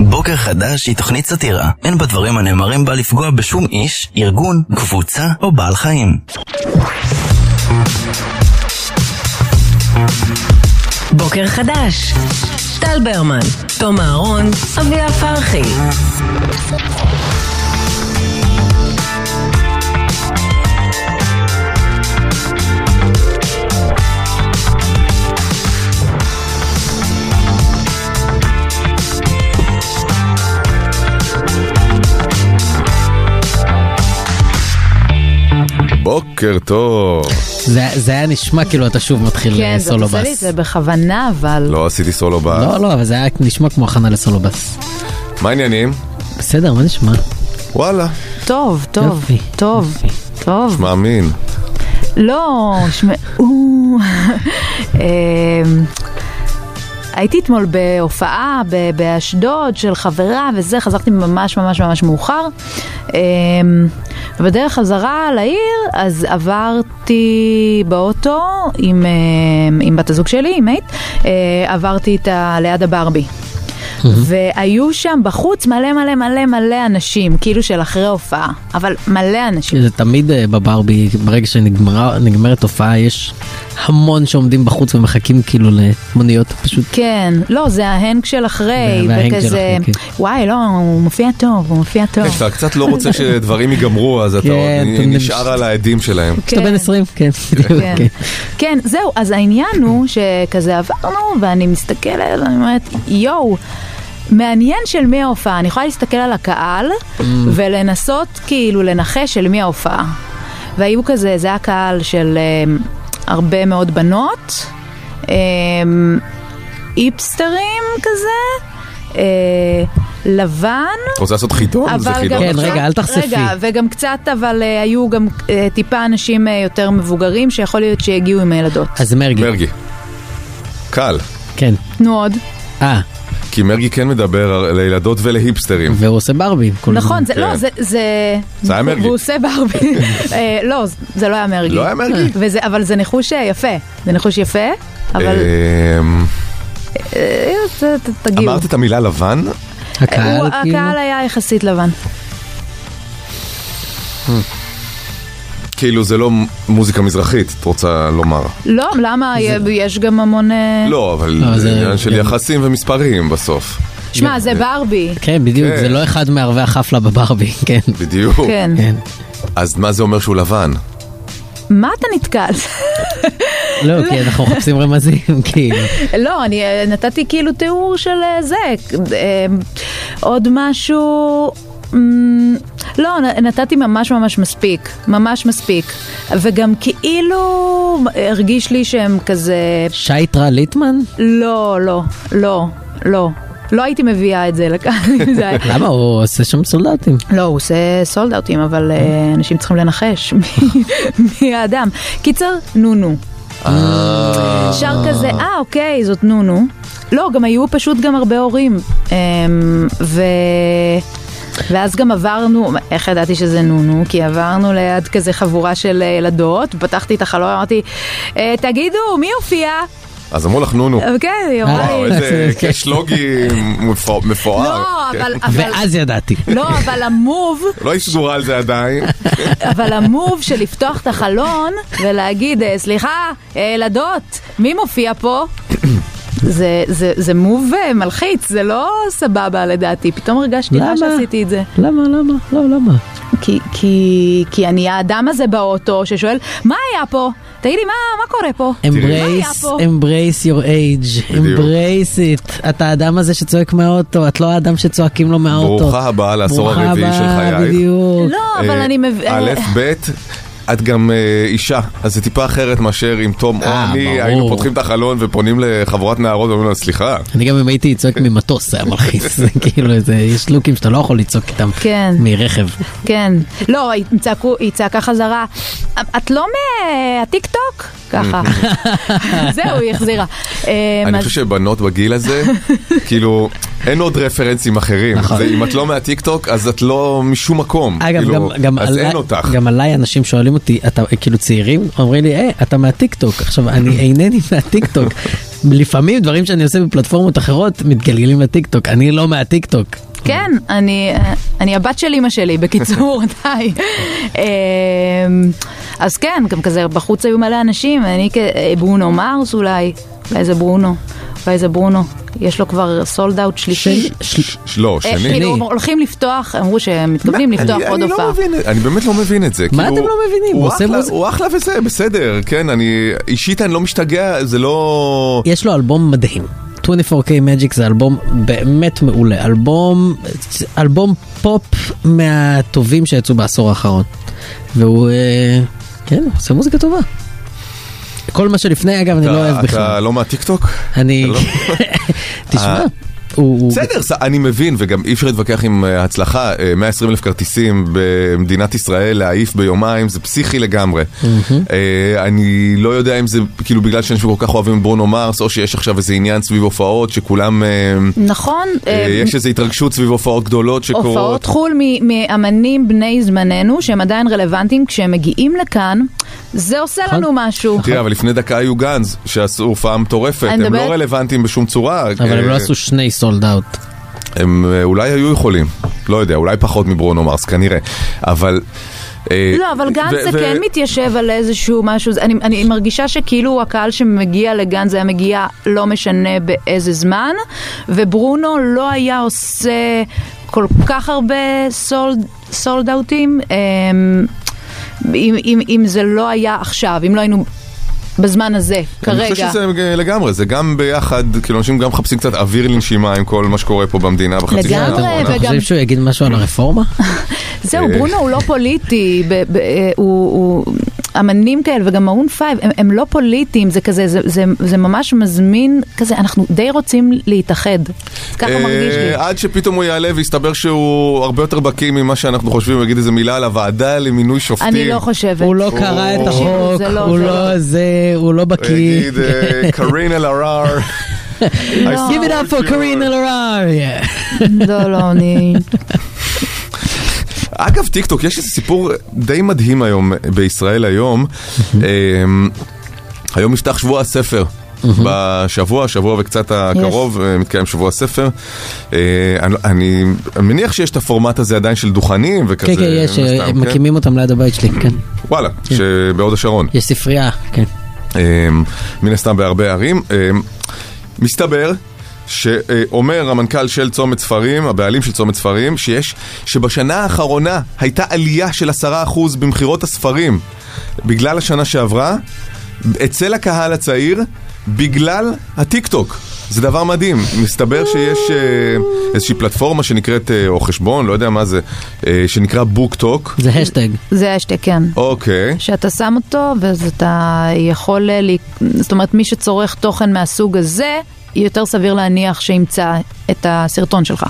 בוקר חדש היא תוכנית סאטירה. אין בדברים הנאמרים בה לפגוע בשום איש, ארגון, קבוצה או בעל חיים. בוקר חדש. טל ברמן, תום אהרון, אביה פרחי. בוקר טוב. זה, זה היה נשמע כאילו אתה שוב מתחיל כן, אה, זה סולו עושה לי את בס. זה בכוונה, אבל... לא עשיתי סולו ב... לא, לא, אבל זה היה נשמע כמו הכנה לסולו בס. מה העניינים? בסדר, מה נשמע? וואלה, טוב, טוב, יופי, טוב, טוב. מאמין. לא, שמעו... אמ, הייתי אתמול בהופעה ב- באשדוד של חברה וזה, חזרתי ממש ממש ממש מאוחר. אמ, בדרך חזרה לעיר, אז עברתי באוטו עם, אמ, עם בת הזוג שלי, עם מייט, אה, עברתי איתה ליד הברבי. והיו שם בחוץ מלא מלא מלא מלא אנשים, כאילו של אחרי הופעה, אבל מלא אנשים. זה תמיד אה, בברבי, ברגע שנגמרת הופעה, יש המון שעומדים בחוץ ומחכים כאילו למוניות, פשוט כן, לא, זה ההנק של אחרי, זה ההנג של וכזה, אחרי, כן. וואי, לא, הוא מופיע טוב, הוא מופיע טוב. אתה קצת לא רוצה שדברים ייגמרו, אז אתה כן, עוד אתם נשאר על העדים שלהם. כשאתה כן. בן 20, כן, בדיוק, כן. כן. כן, זהו, אז העניין הוא שכזה עברנו, ואני מסתכלת, ואני אומרת, יואו, מעניין של מי ההופעה. אני יכולה להסתכל על הקהל, ולנסות כאילו לנחש של מי ההופעה. והיו כזה, זה היה קהל של אמ, הרבה מאוד בנות, אמ, איפסטרים כזה, אה, לבן. אתה רוצה לעשות חידון? זה אבל גם חידון. כן, קצת- רגע, אל תחשפי. רגע, וגם קצת, אבל אה, היו גם אה, טיפה אנשים אה, יותר מבוגרים, שיכול להיות שהגיעו עם הילדות. אז מרגי, מרגי. קל. כן. נו עוד. אה, כי מרגי כן מדבר לילדות ולהיפסטרים. והוא עושה ברבי. כל נכון, הזמן. זה כן. לא, זה... זה זה היה מרגי. והוא עושה ברבי. אה, לא, זה לא היה מרגי. לא היה מרגי? וזה- אבל זה ניחוש אה, יפה. זה ניחוש יפה, אבל אמ, אה, ת- ת- תגיעו. אמרת את המילה לבן? אה, הוא- הקהל כאילו. הקהל היה יחסית לבן. כאילו זה לא מוזיקה מזרחית, את רוצה לומר. לא, למה? יש גם המון... אה, לא, אבל לא, זה זה- עניין של כן. יחסים ומספרים בסוף. לא, שמע, זה ברבי. כן, בדיוק, כן. זה לא אחד מערבי החפלה בברבי, כן. בדיוק. כן. כן. אז מה זה אומר שהוא לבן? מה אתה נתקל? לא, כי אנחנו מחפשים רמזים, כאילו. לא, אני אה, נתתי כאילו תיאור של אה, זה. אה, עוד משהו... אמ, לא, נ- נתתי ממש ממש מספיק, ממש מספיק. וגם כאילו הרגיש לי שהם כזה... שייטרה ליטמן? לא, לא, לא, לא. לא הייתי מביאה את זה לקהל. אם זה היה- למה? הוא עושה שם סולדאטים. לא, הוא עושה סולד אאוטים, אבל אה, אנשים צריכים לנחש מי- מי האדם. קיצר, נונו. שר כזה, אה, אוקיי, זאת נונו. לא, גם היו פשוט גם הרבה הורים. אמ, ו... ואז גם עברנו, איך ידעתי שזה נונו? כי עברנו ליד כזה חבורה של אה, ילדות, פתחתי את החלום, אמרתי, "אה, תגידו, מי הופיע? אז אמרו לך נונו. כן, היא אמרה וואו, לי, איזה כן. קש לוגי מפוע- מפואר. לא, כן. אבל... אבל- ואז ידעתי. לא, אבל המוב, לא היית סגורה על זה עדיין. אבל המוב של לפתוח את החלון ולהגיד, "אה, סליחה, אה, ילדות, מי מופיע פה? זה, זה, זה מוב אה, מלחיץ, זה לא סבבה לדעתי, פתאום הרגשתי מה למה? שעשיתי את זה. למה, למה? לא, למה? כי, כי, כי אני האדם הזה באוטו ששואל, מה היה פה? תגידי, מה, מה קורה פה? היה אמברייס, פה? אמברייס your age, בדיוק. אמברייס it. אתה האדם הזה שצועק מהאוטו, את לא האדם צועקים לו מהאוטו. ברוכה הבאה לעשור ברוכה הרביעי של הבאה, חייך. בדיוק. לא, אבל אה, אני מבין... א', ב', את גם אה, אישה, אז זה טיפה אחרת מאשר עם תום או אה, אני, ברור. היינו פותחים את החלון ופונים לחבורת נערות ואומרים להם, סליחה, אני גם אם הייתי צועק אה. ממטוס זה היה מלחיץ, זה כאילו איזה, יש לוקים שאתה לא יכול לצעוק איתם. כן. מרכב. כן. לא, היא צעקו, היא צעקה חזרה, את לא מהטיק טוק? ככה. זהו, היא החזירה. אה, אני אז- חושב שבנות בגיל הזה, כאילו, אין עוד רפרנסים אחרים. נכון. זה, אם את לא מהטיקטוק, אז את לא משום מקום. אגב, כאילו, גם, גם, אז עליי, אין אותך. גם עליי אנשים שואלים אותי, אתה כאילו צעירים, אומרים לי, אה, אתה מהטיקטוק. עכשיו, אני אינני מהטיקטוק. לפעמים דברים שאני עושה בפלטפורמות אחרות מתגלגלים לטיקטוק, אני לא מהטיקטוק. כן, אני, אני הבת של אימא שלי, בקיצור, די. אמ, אז כן, גם כזה, בחוץ היו מלא אנשים, אני כ... אה, ברונו מרס אולי, אולי זה ברונו, אולי זה ברונו. יש לו כבר סולד אאוט שלישי. של- ש- לא, אה, שני. כאילו, הולכים לפתוח, אמרו שהם מתכוונים לפתוח אני- עוד אני לא הופעה. מבין, אני באמת לא מבין את זה. מה כאילו, אתם לא מבינים? הוא הוא עושה אחלה- מוזיקה. הוא אחלה וזה, בסדר, כן, אני... אישית אני לא משתגע, זה לא... יש לו אלבום מדהים. 24K Magic זה אלבום באמת מעולה, אלבום, אלבום פופ מהטובים שיצאו בעשור האחרון. והוא, אה, כן, עושה מוזיקה טובה. כל מה שלפני, אגב, אני אתה- לא אוהב אתה בכלל. לא מהטיקטוק? אני, אתה לא- תשמע, אה. הוא, הוא- בסדר, ס- אני מבין, וגם אי אפשר להתווכח עם אה, הצלחה, 120 אלף כרטיסים במדינת ישראל להעיף ביומיים, זה פסיכי לגמרי. Mm-hmm. אה, אני לא יודע אם זה כאילו בגלל שאנשים כל כך אוהבים את ברונו מרס, או שיש עכשיו איזה עניין סביב הופעות שכולם... אה, נכון, אה, אמ, יש איזו התרגשות סביב הופעות גדולות שקורות. הופעות חו"ל מ- מאמנים בני זמננו, שהם עדיין רלוונטיים, כשהם מגיעים לכאן, זה עושה נכון. לנו משהו. תראה, אבל לפני דקה היו גאנז, שעשו הופעה מטורפת, אני הם לא מדברת- רלוונטיים בשום צורה. אבל הם לא אה, עשו שני סולד אאוט. הם אה, אולי היו יכולים, לא יודע, אולי פחות מברונו מרס, כנראה, אבל... אה, לא, אבל גן ו- זה ו- כן מתיישב על איזשהו משהו, זה- אני- אני מרגישה שכאילו הקהל שמגיע לגן זה היה מגיע לא משנה באיזה זמן, וברונו לא היה עושה כל כך הרבה סולד אאוטים, אמ, אם, אם, אם זה לא היה עכשיו, אם לא היינו בזמן הזה, כרגע. אני חושב שזה אה, לגמרי, זה גם ביחד, כאילו אנשים גם מחפשים קצת אוויר לנשימה עם כל מה שקורה פה במדינה בחצי שנה לגמרי, האחרונה. אתם וגם- חושבים שהוא יגיד משהו על הרפורמה? זהו, אה. ברונו הוא לא פוליטי, ב, ב, אה, הוא, הוא אמנים כאלה, וגם מאון פייב, הם, הם לא פוליטיים, זה כזה, זה, זה, זה ממש מזמין, כזה, אנחנו די רוצים להתאחד. אז ככה אה, מרגיש לי. עד שפתאום הוא יעלה ויסתבר שהוא הרבה יותר בקיא ממה שאנחנו חושבים, הוא יגיד איזה מילה על הוועדה למינוי שופטים. אני לא חושבת. הוא לא קרא את תקשיבו, החוק, זה לא- הוא זה לא לא. זה, הוא לא הוא בקיא. יגיד אה, קארין אלהרר. I saw Give it up for you. קורין אלהרר. yeah. לא, לא, אני... אגב, טיקטוק, יש איזה סיפור די מדהים היום אה, בישראל היום. אמ, היום נפתח שבוע הספר. Mm-hmm. בשבוע, שבוע וקצת הקרוב, אה, מתקיים שבוע הספר. אה, אני- אני מניח שיש את הפורמט הזה עדיין של דוכנים וכזה. כן, כן, יש, מן הסתם, הם כן? מקימים אותם ליד הבית שלי, כן. וואלה, שבהוד השרון. יש ספרייה, כן. אמ, מן הסתם בהרבה ערים. אמ, מסתבר שאומר המנכ"ל של צומת ספרים, הבעלים של צומת ספרים, שיש, שבשנה האחרונה הייתה עלייה של עשרה אחוז במכירות הספרים בגלל השנה שעברה, אצל הקהל הצעיר, בגלל הטיקטוק. זה דבר מדהים, מסתבר שיש אה, איזושהי פלטפורמה שנקראת, אה, או חשבון, לא יודע מה זה, אה, שנקרא בוקטוק. זה השטג. זה אשתה, כן. אוקיי. שאתה שם אותו, ואז אתה יכול... אה, לי... זאת אומרת, מי שצורך תוכן מהסוג הזה, יותר סביר להניח שימצא את הסרטון שלך.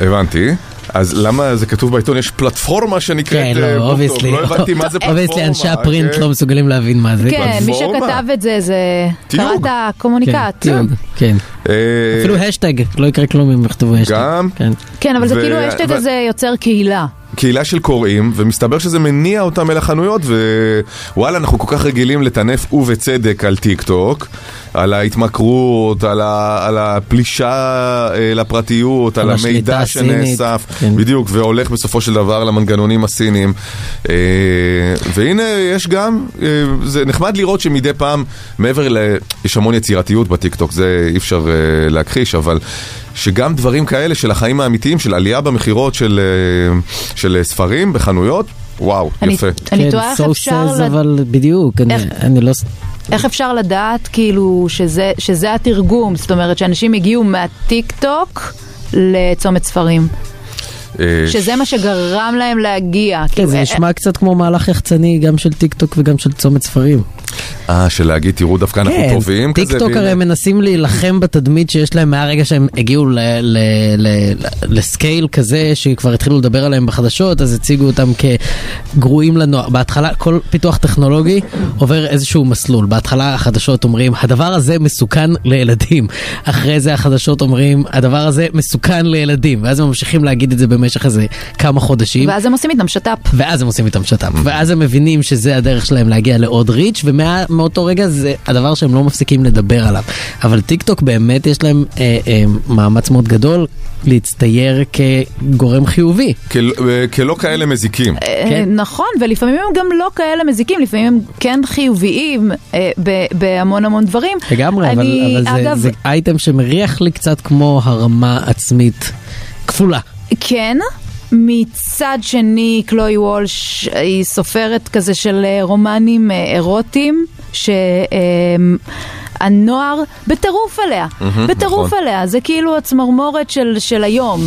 הבנתי. אז למה זה כתוב בעיתון? יש פלטפורמה שנקראת... כן, אה, לא, בוקטוק. אובייסלי. לא הבנתי מה זה פלטפורמה. אובייסלי אנשי הפרינט כן. לא מסוגלים להבין מה זה. כן, מי פלטפורמה? שכתב את זה, זה... תיוג. קראת כן, קומוניקט. תיוג, כן. אה, אפילו השטג, לא יקרה כלום אם יכתבו השטג. גם? כן. כן, אבל זה ו- כאילו האשטג ו- הזה יוצר קהילה. קהילה של קוראים, ומסתבר שזה מניע אותם אל החנויות, ווואלה, אנחנו כל כך רגילים לטנף ובצדק על טיק טוק, על ההתמכרות, על, ה... על הפלישה אה, לפרטיות, על, על השליטה המידע הסינית. שנאסף, כן. בדיוק, והולך בסופו של דבר למנגנונים הסינים. אה, והנה, יש גם, אה, זה נחמד לראות שמדי פעם, מעבר ל... יש המון יצירתיות בטיק טוק, זה אי אפשר אה, להכחיש, אבל... שגם דברים כאלה של החיים האמיתיים, של עלייה במכירות של, אה, של אה, ספרים בחנויות, וואו, אני- יפה. אני כן, תוהה איך so אפשר says, לד- אבל בדיוק, אני- איך- אני לא... איך אפשר לדעת כאילו שזה- שזה התרגום, זאת אומרת שאנשים הגיעו מהטיק טוק לצומת ספרים, אה, שזה מה שגרם להם להגיע. כן, כאילו, זה אה, נשמע קצת כמו מהלך יחצני גם של טיק טוק וגם של צומת ספרים. אה, של להגיד, תראו, דווקא אנחנו טובים כזה. כן, טיקטוק והנה- הרי מנסים להילחם בתדמית שיש להם מהרגע שהם הגיעו ל- ל- ל- לסקייל כזה, שכבר התחילו לדבר עליהם בחדשות, אז הציגו אותם כגרועים לנוער. בהתחלה, כל פיתוח טכנולוגי עובר איזשהו מסלול. בהתחלה החדשות אומרים, הדבר הזה מסוכן לילדים. אחרי זה החדשות אומרים, הדבר הזה מסוכן לילדים. ואז הם ממשיכים להגיד את זה במשך איזה כמה חודשים. ואז הם עושים איתם שת"פ. ואז הם עושים איתם שת"פ, ואז הם מבינים שזה הדרך שלהם להגיע לעוד ריץ', ומהרגע מאותו רגע זה הדבר שהם לא מפסיקים לדבר עליו. אבל טיק טוק באמת יש להם אה, אה, מאמץ מאוד גדול להצטייר כגורם חיובי. כל- אה, כלא כאלה מזיקים. אה, כן. נכון, ולפעמים הם גם לא כאלה מזיקים, לפעמים הם כן חיוביים אה, ב- בהמון המון דברים. לגמרי, אני, אבל, אבל אגב, זה, זה אייטם שמריח לי קצת כמו הרמה עצמית כפולה. כן. מצד שני, קלוי וולש אה, היא סופרת כזה של אה, רומנים אה, אירוטיים, אה, שהנוער בטירוף עליה, מהמם, בטירוף נכון. עליה, זה כאילו הצמרמורת של, של היום.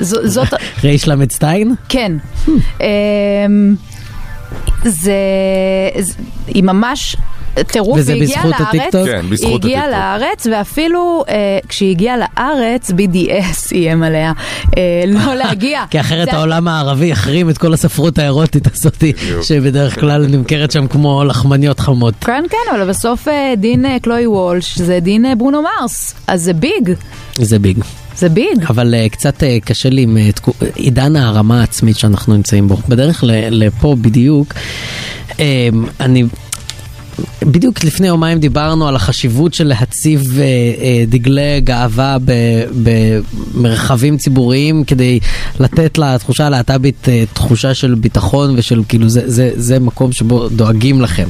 ז, זאת, ריש למד סטיין? כן. אמ, זה, זה, היא ממש טירוף, וזה היא הגיעה בזכות לארץ, הטיקטוק? כן, בזכות היא הגיעה הטיקטוק. לארץ, ואפילו אה, כשהיא הגיעה לארץ, BDS איים עליה אה, לא להגיע. כי אחרת זה- העולם הערבי יחרים את כל הספרות האירוטית הזאת, בדיוק. שבדרך כלל נמכרת שם כמו לחמניות חמות. כן, כן, אבל בסוף אה, דין אה, קלוי וולש זה דין אה, ברונו מרס, אז זה ביג, זה ביג. זה ביג. אבל אה, קצת אה, קשה לי עם אה, תקו- עידן ההרמה העצמית שאנחנו נמצאים בו. בדרך ל- לפה בדיוק, אה, אני... בדיוק לפני יומיים דיברנו על החשיבות של להציב אה, אה, דגלי גאווה ב- במרחבים ציבוריים כדי לתת לתחושה הלהט"בית אה, תחושה של ביטחון ושל כאילו זה, זה, זה מקום שבו דואגים לכם.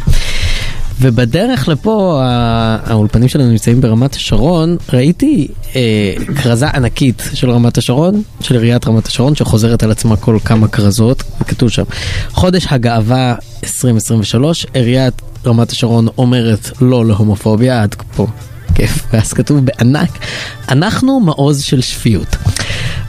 ובדרך לפה, ה- האולפנים שלנו נמצאים ברמת השרון, ראיתי אה, כרזה ענקית של רמת השרון, של עיריית רמת השרון, שחוזרת על עצמה כל כמה כרזות, כתוב שם, חודש הגאווה 2023, עיריית רמת השרון אומרת לא להומופוביה, עד פה כיף, ואז כתוב בענק, אנחנו מעוז של שפיות.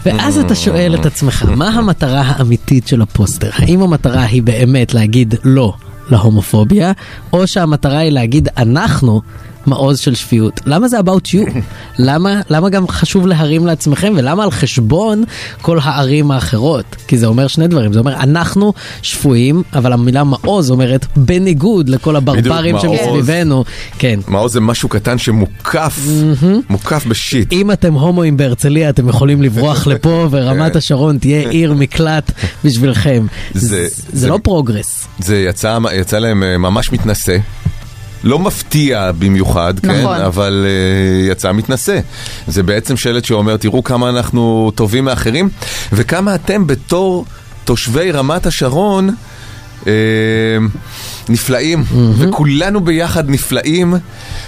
ואז אתה שואל את עצמך, מה המטרה האמיתית של הפוסטר? האם המטרה היא באמת להגיד לא להומופוביה, או שהמטרה היא להגיד אנחנו מעוז של שפיות? למה זה about you? למה, למה גם חשוב להרים לעצמכם, ולמה על חשבון כל הערים האחרות? כי זה אומר שני דברים, זה אומר אנחנו שפויים, אבל המילה מעוז אומרת בניגוד לכל הברברים בדיוק, מעוז. שמסביבנו. כן. מעוז זה משהו קטן שמוקף, מוקף בשיט. אם אתם הומואים בהרצליה, אתם יכולים לברוח לפה, כן. ורמת השרון תהיה עיר מקלט בשבילכם. זה- זה, זה- זה לא פרוגרס. זה יצא, יצא להם אה, ממש מתנשא. לא מפתיע במיוחד, כן, נכון. אבל uh, יצא מתנשא. זה בעצם שלט שאומר, תראו כמה אנחנו טובים מאחרים, וכמה אתם בתור תושבי רמת השרון uh, נפלאים, mm-hmm. וכולנו ביחד נפלאים,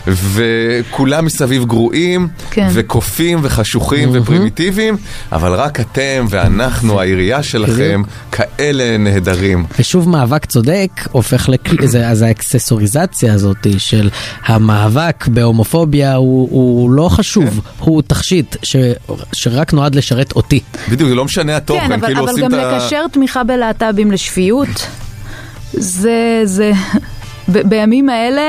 וכולם מסביב גרועים, כן. וקופים, וחשוכים, mm-hmm. ופרימיטיביים, אבל רק אתם ואנחנו, העירייה שלכם, כאלה נהדרים. ושוב מאבק צודק הופך לכלי, זה, אז האקססוריזציה הזאת של המאבק בהומופוביה הוא, הוא לא כן. חשוב, הוא תכשיט ש, שרק נועד לשרת אותי. בדיוק, זה לא משנה התוכן, כן, אבל, כאילו אבל עושים גם את ה... לקשר תמיכה בלהט"בים לשפיות, זה, זה, ב- בימים האלה,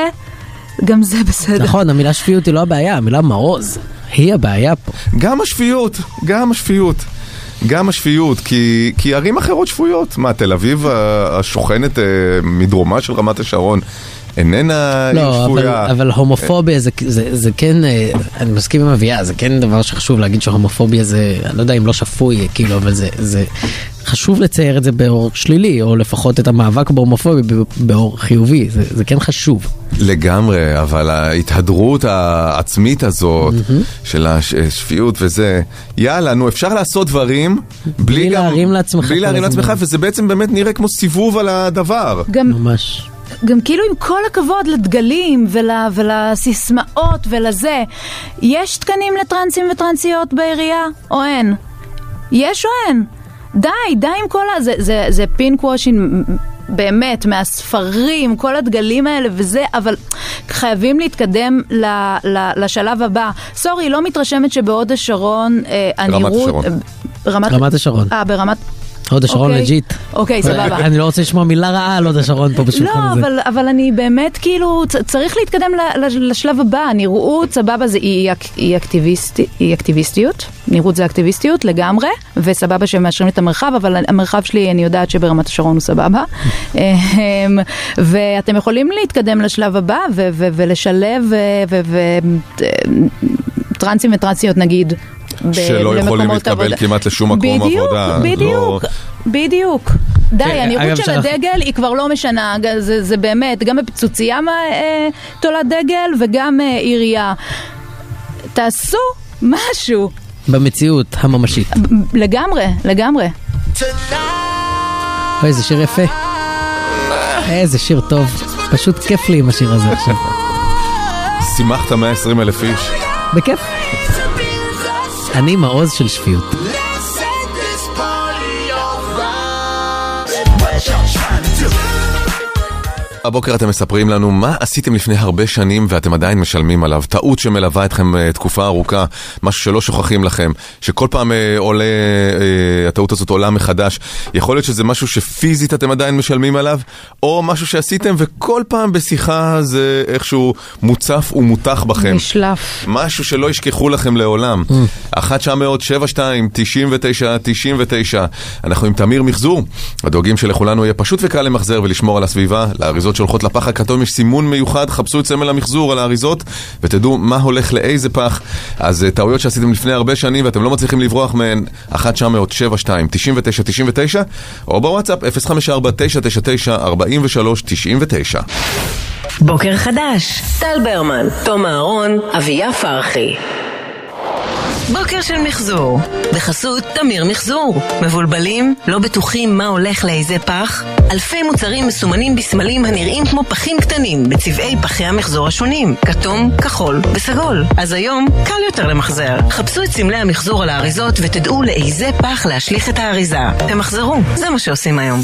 גם זה בסדר. נכון, המילה שפיות היא לא הבעיה, המילה מעוז היא הבעיה פה. גם השפיות, גם השפיות. גם השפיות, כי, כי ערים אחרות שפויות. מה, תל אביב ה- השוכנת אה, מדרומה של רמת השרון איננה עיר לא, אבל, שפויה? אבל הומופוביה זה, זה, זה כן, אה, אני מסכים עם אביה, זה כן דבר שחשוב להגיד שהומופוביה זה, אני לא יודע אם לא שפוי, כאילו, אבל זה, זה חשוב לצייר את זה באור שלילי, או לפחות את המאבק בהומופוביה ב- באור חיובי, זה, זה כן חשוב. אה, לגמרי, אבל ההתהדרות העצמית הזאת של השפיות וזה, יאללה, נו, אפשר לעשות דברים בלי, בלי גם... להרים לעצמך בלי כל להרים הזמן. לעצמך, וזה בעצם באמת נראה כמו סיבוב על הדבר. גם, ממש. גם כאילו עם כל הכבוד לדגלים ול, ולסיסמאות ולזה, יש תקנים לטרנסים וטרנסיות בעירייה או אין? יש או אין? די, די עם כל ה... זה, זה, זה פינק וושינג באמת, מהספרים, כל הדגלים האלה וזה, אבל חייבים להתקדם ל, ל, לשלב הבא. סורי, לא מתרשמת שבהוד השרון אה, רמת הנראות... השרון. אה, רמת, רמת השרון. אה, ברמת... הוד השרון אוקיי. לג'יט. אוקיי, סבבה. אני לא רוצה לשמוע מילה רעה על הוד השרון פה בשולחן לא, הזה. אבל, אבל אני באמת כאילו, צ- צריך להתקדם ל, ל, לשלב הבא, נראות, סבבה, זה, היא, אק- היא, אקטיביסט, היא אקטיביסטיות, נראות זה אקטיביסטיות לגמרי, וסבבה שהם מאשרים לי את המרחב, אבל המרחב שלי, אני יודעת שברמת השרון הוא סבבה. אמ, ואתם יכולים להתקדם לשלב הבא ו, ו, ולשלב אה, ו, ו, ו, טרנסים וטרנסיות נגיד. ב- שלא יכולים במקומות להתקבל עבודה. כמעט לשום מקום בדיוק, עבודה. בדיוק, לא- בדיוק. די, כן, אגב, הנראות של שאנחנו- הדגל היא כבר לא משנה, ג- זה זה באמת, גם בפיצוץ ים אה, תולד דגל וגם אה, עירייה. תעשו משהו. במציאות הממשית. לגמרי, לגמרי. אוי, זה שיר יפה. איזה שיר טוב. פשוט כיף לי עם השיר הזה עכשיו. שימחת 120 אלף איש. בכיף. אני מעוז של שפיות. הבוקר אתם מספרים לנו מה עשיתם לפני הרבה שנים ואתם עדיין משלמים עליו. טעות שמלווה אתכם אה, תקופה ארוכה, משהו שלא שוכחים לכם, שכל פעם אה, עולה, אה, הטעות הזאת עולה מחדש. יכול להיות שזה משהו שפיזית אתם עדיין משלמים עליו, או משהו שעשיתם וכל פעם בשיחה זה איכשהו מוצף ומותח בכם. נשלף. משהו שלא ישכחו לכם לעולם. Mm. 1-900-72-99-99. אנחנו עם תמיר מחזור, הדואגים שלכולנו יהיה פשוט וקל למחזר ולשמור על הסביבה. לאריזות שהולכות לפח הכתום יש סימון מיוחד, חפשו את סמל המחזור על האריזות ותדעו מה הולך לאיזה פח. אז אה, טעויות שעשיתם לפני הרבה שנים ואתם לא מצליחים לברוח מהן, 1-900-72-99-99 או בוואטסאפ 054-999-4399. בוקר חדש, טל ברמן, תום אהרון, אביה פרחי. בוקר של מחזור, בחסות תמיר מחזור. מבולבלים? לא בטוחים מה הולך לאיזה פח? אלפי מוצרים מסומנים בסמלים הנראים כמו פחים קטנים בצבעי פחי המחזור השונים, כתום, כחול וסגול. אז היום קל יותר למחזר. חפשו את סמלי המחזור על האריזות ותדעו לאיזה פח להשליך את האריזה. תמחזרו, זה מה שעושים היום.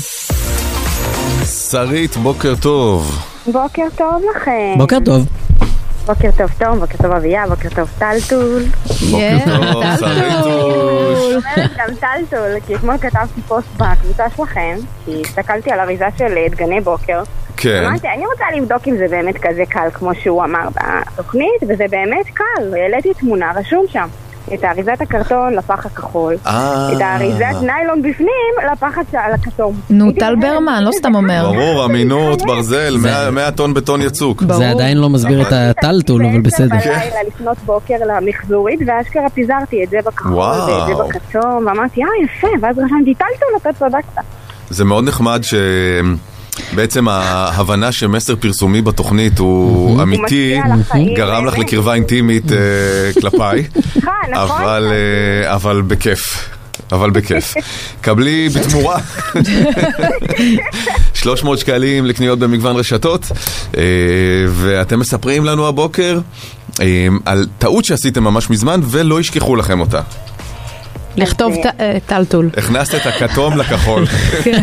שרית, בוקר טוב. בוקר טוב לכם. בוקר טוב. בוקר טוב תום, בוקר טוב אביה, בוקר טוב טלטול. בוקר כן, טוב, טל שרית. אני אומרת גם טלטול, כי אתמול כתבתי פוסט בקבוצה שלכם, כי הסתכלתי על אריזה של אה, דגני בוקר. כן. אמרתי, אני רוצה לבדוק אם זה באמת כזה קל כמו שהוא אמר בתוכנית, וזה באמת קל. העליתי תמונה, רשום שם. את האריזת הקרטון לפח הכחול. אה. את האריזת ניילון בפנים לפח הצ- לכתום. נו, הייתי טל אומרת, ברמן, לא זה סתם אומר. ברור, אמינות, ברזל, 100 100 טון בטון יצוק. ברור. זה עדיין לא מסביר את הטלטול, כן, אבל בסדר. התעצבתי כן. בעשר בלילה לפנות בוקר למחזורית, ואשכרה פיזרתי את זה בכחול וואו. ואת זה בכתום, ואמרתי, אה, יפה, ואז רשמתי, טלטול, אתה צדקת. זה מאוד נחמד ש... בעצם ההבנה שמסר פרסומי בתוכנית הוא אמיתי, הוא משפיע על החיים, גרם לך באמת. לקרבה אינטימית אה, כלפיי, נכון, נכון. אבל, אה, אבל בכיף, אבל בכיף. קבלי בתמורה 300 שקלים לקניות במגוון רשתות, אה, ואתם מספרים לנו הבוקר אה, על טעות שעשיתם ממש מזמן ולא ישכחו לכם אותה. לכתוב ט- אה, טלטול. הכנסת את הכתום לכחול. כן.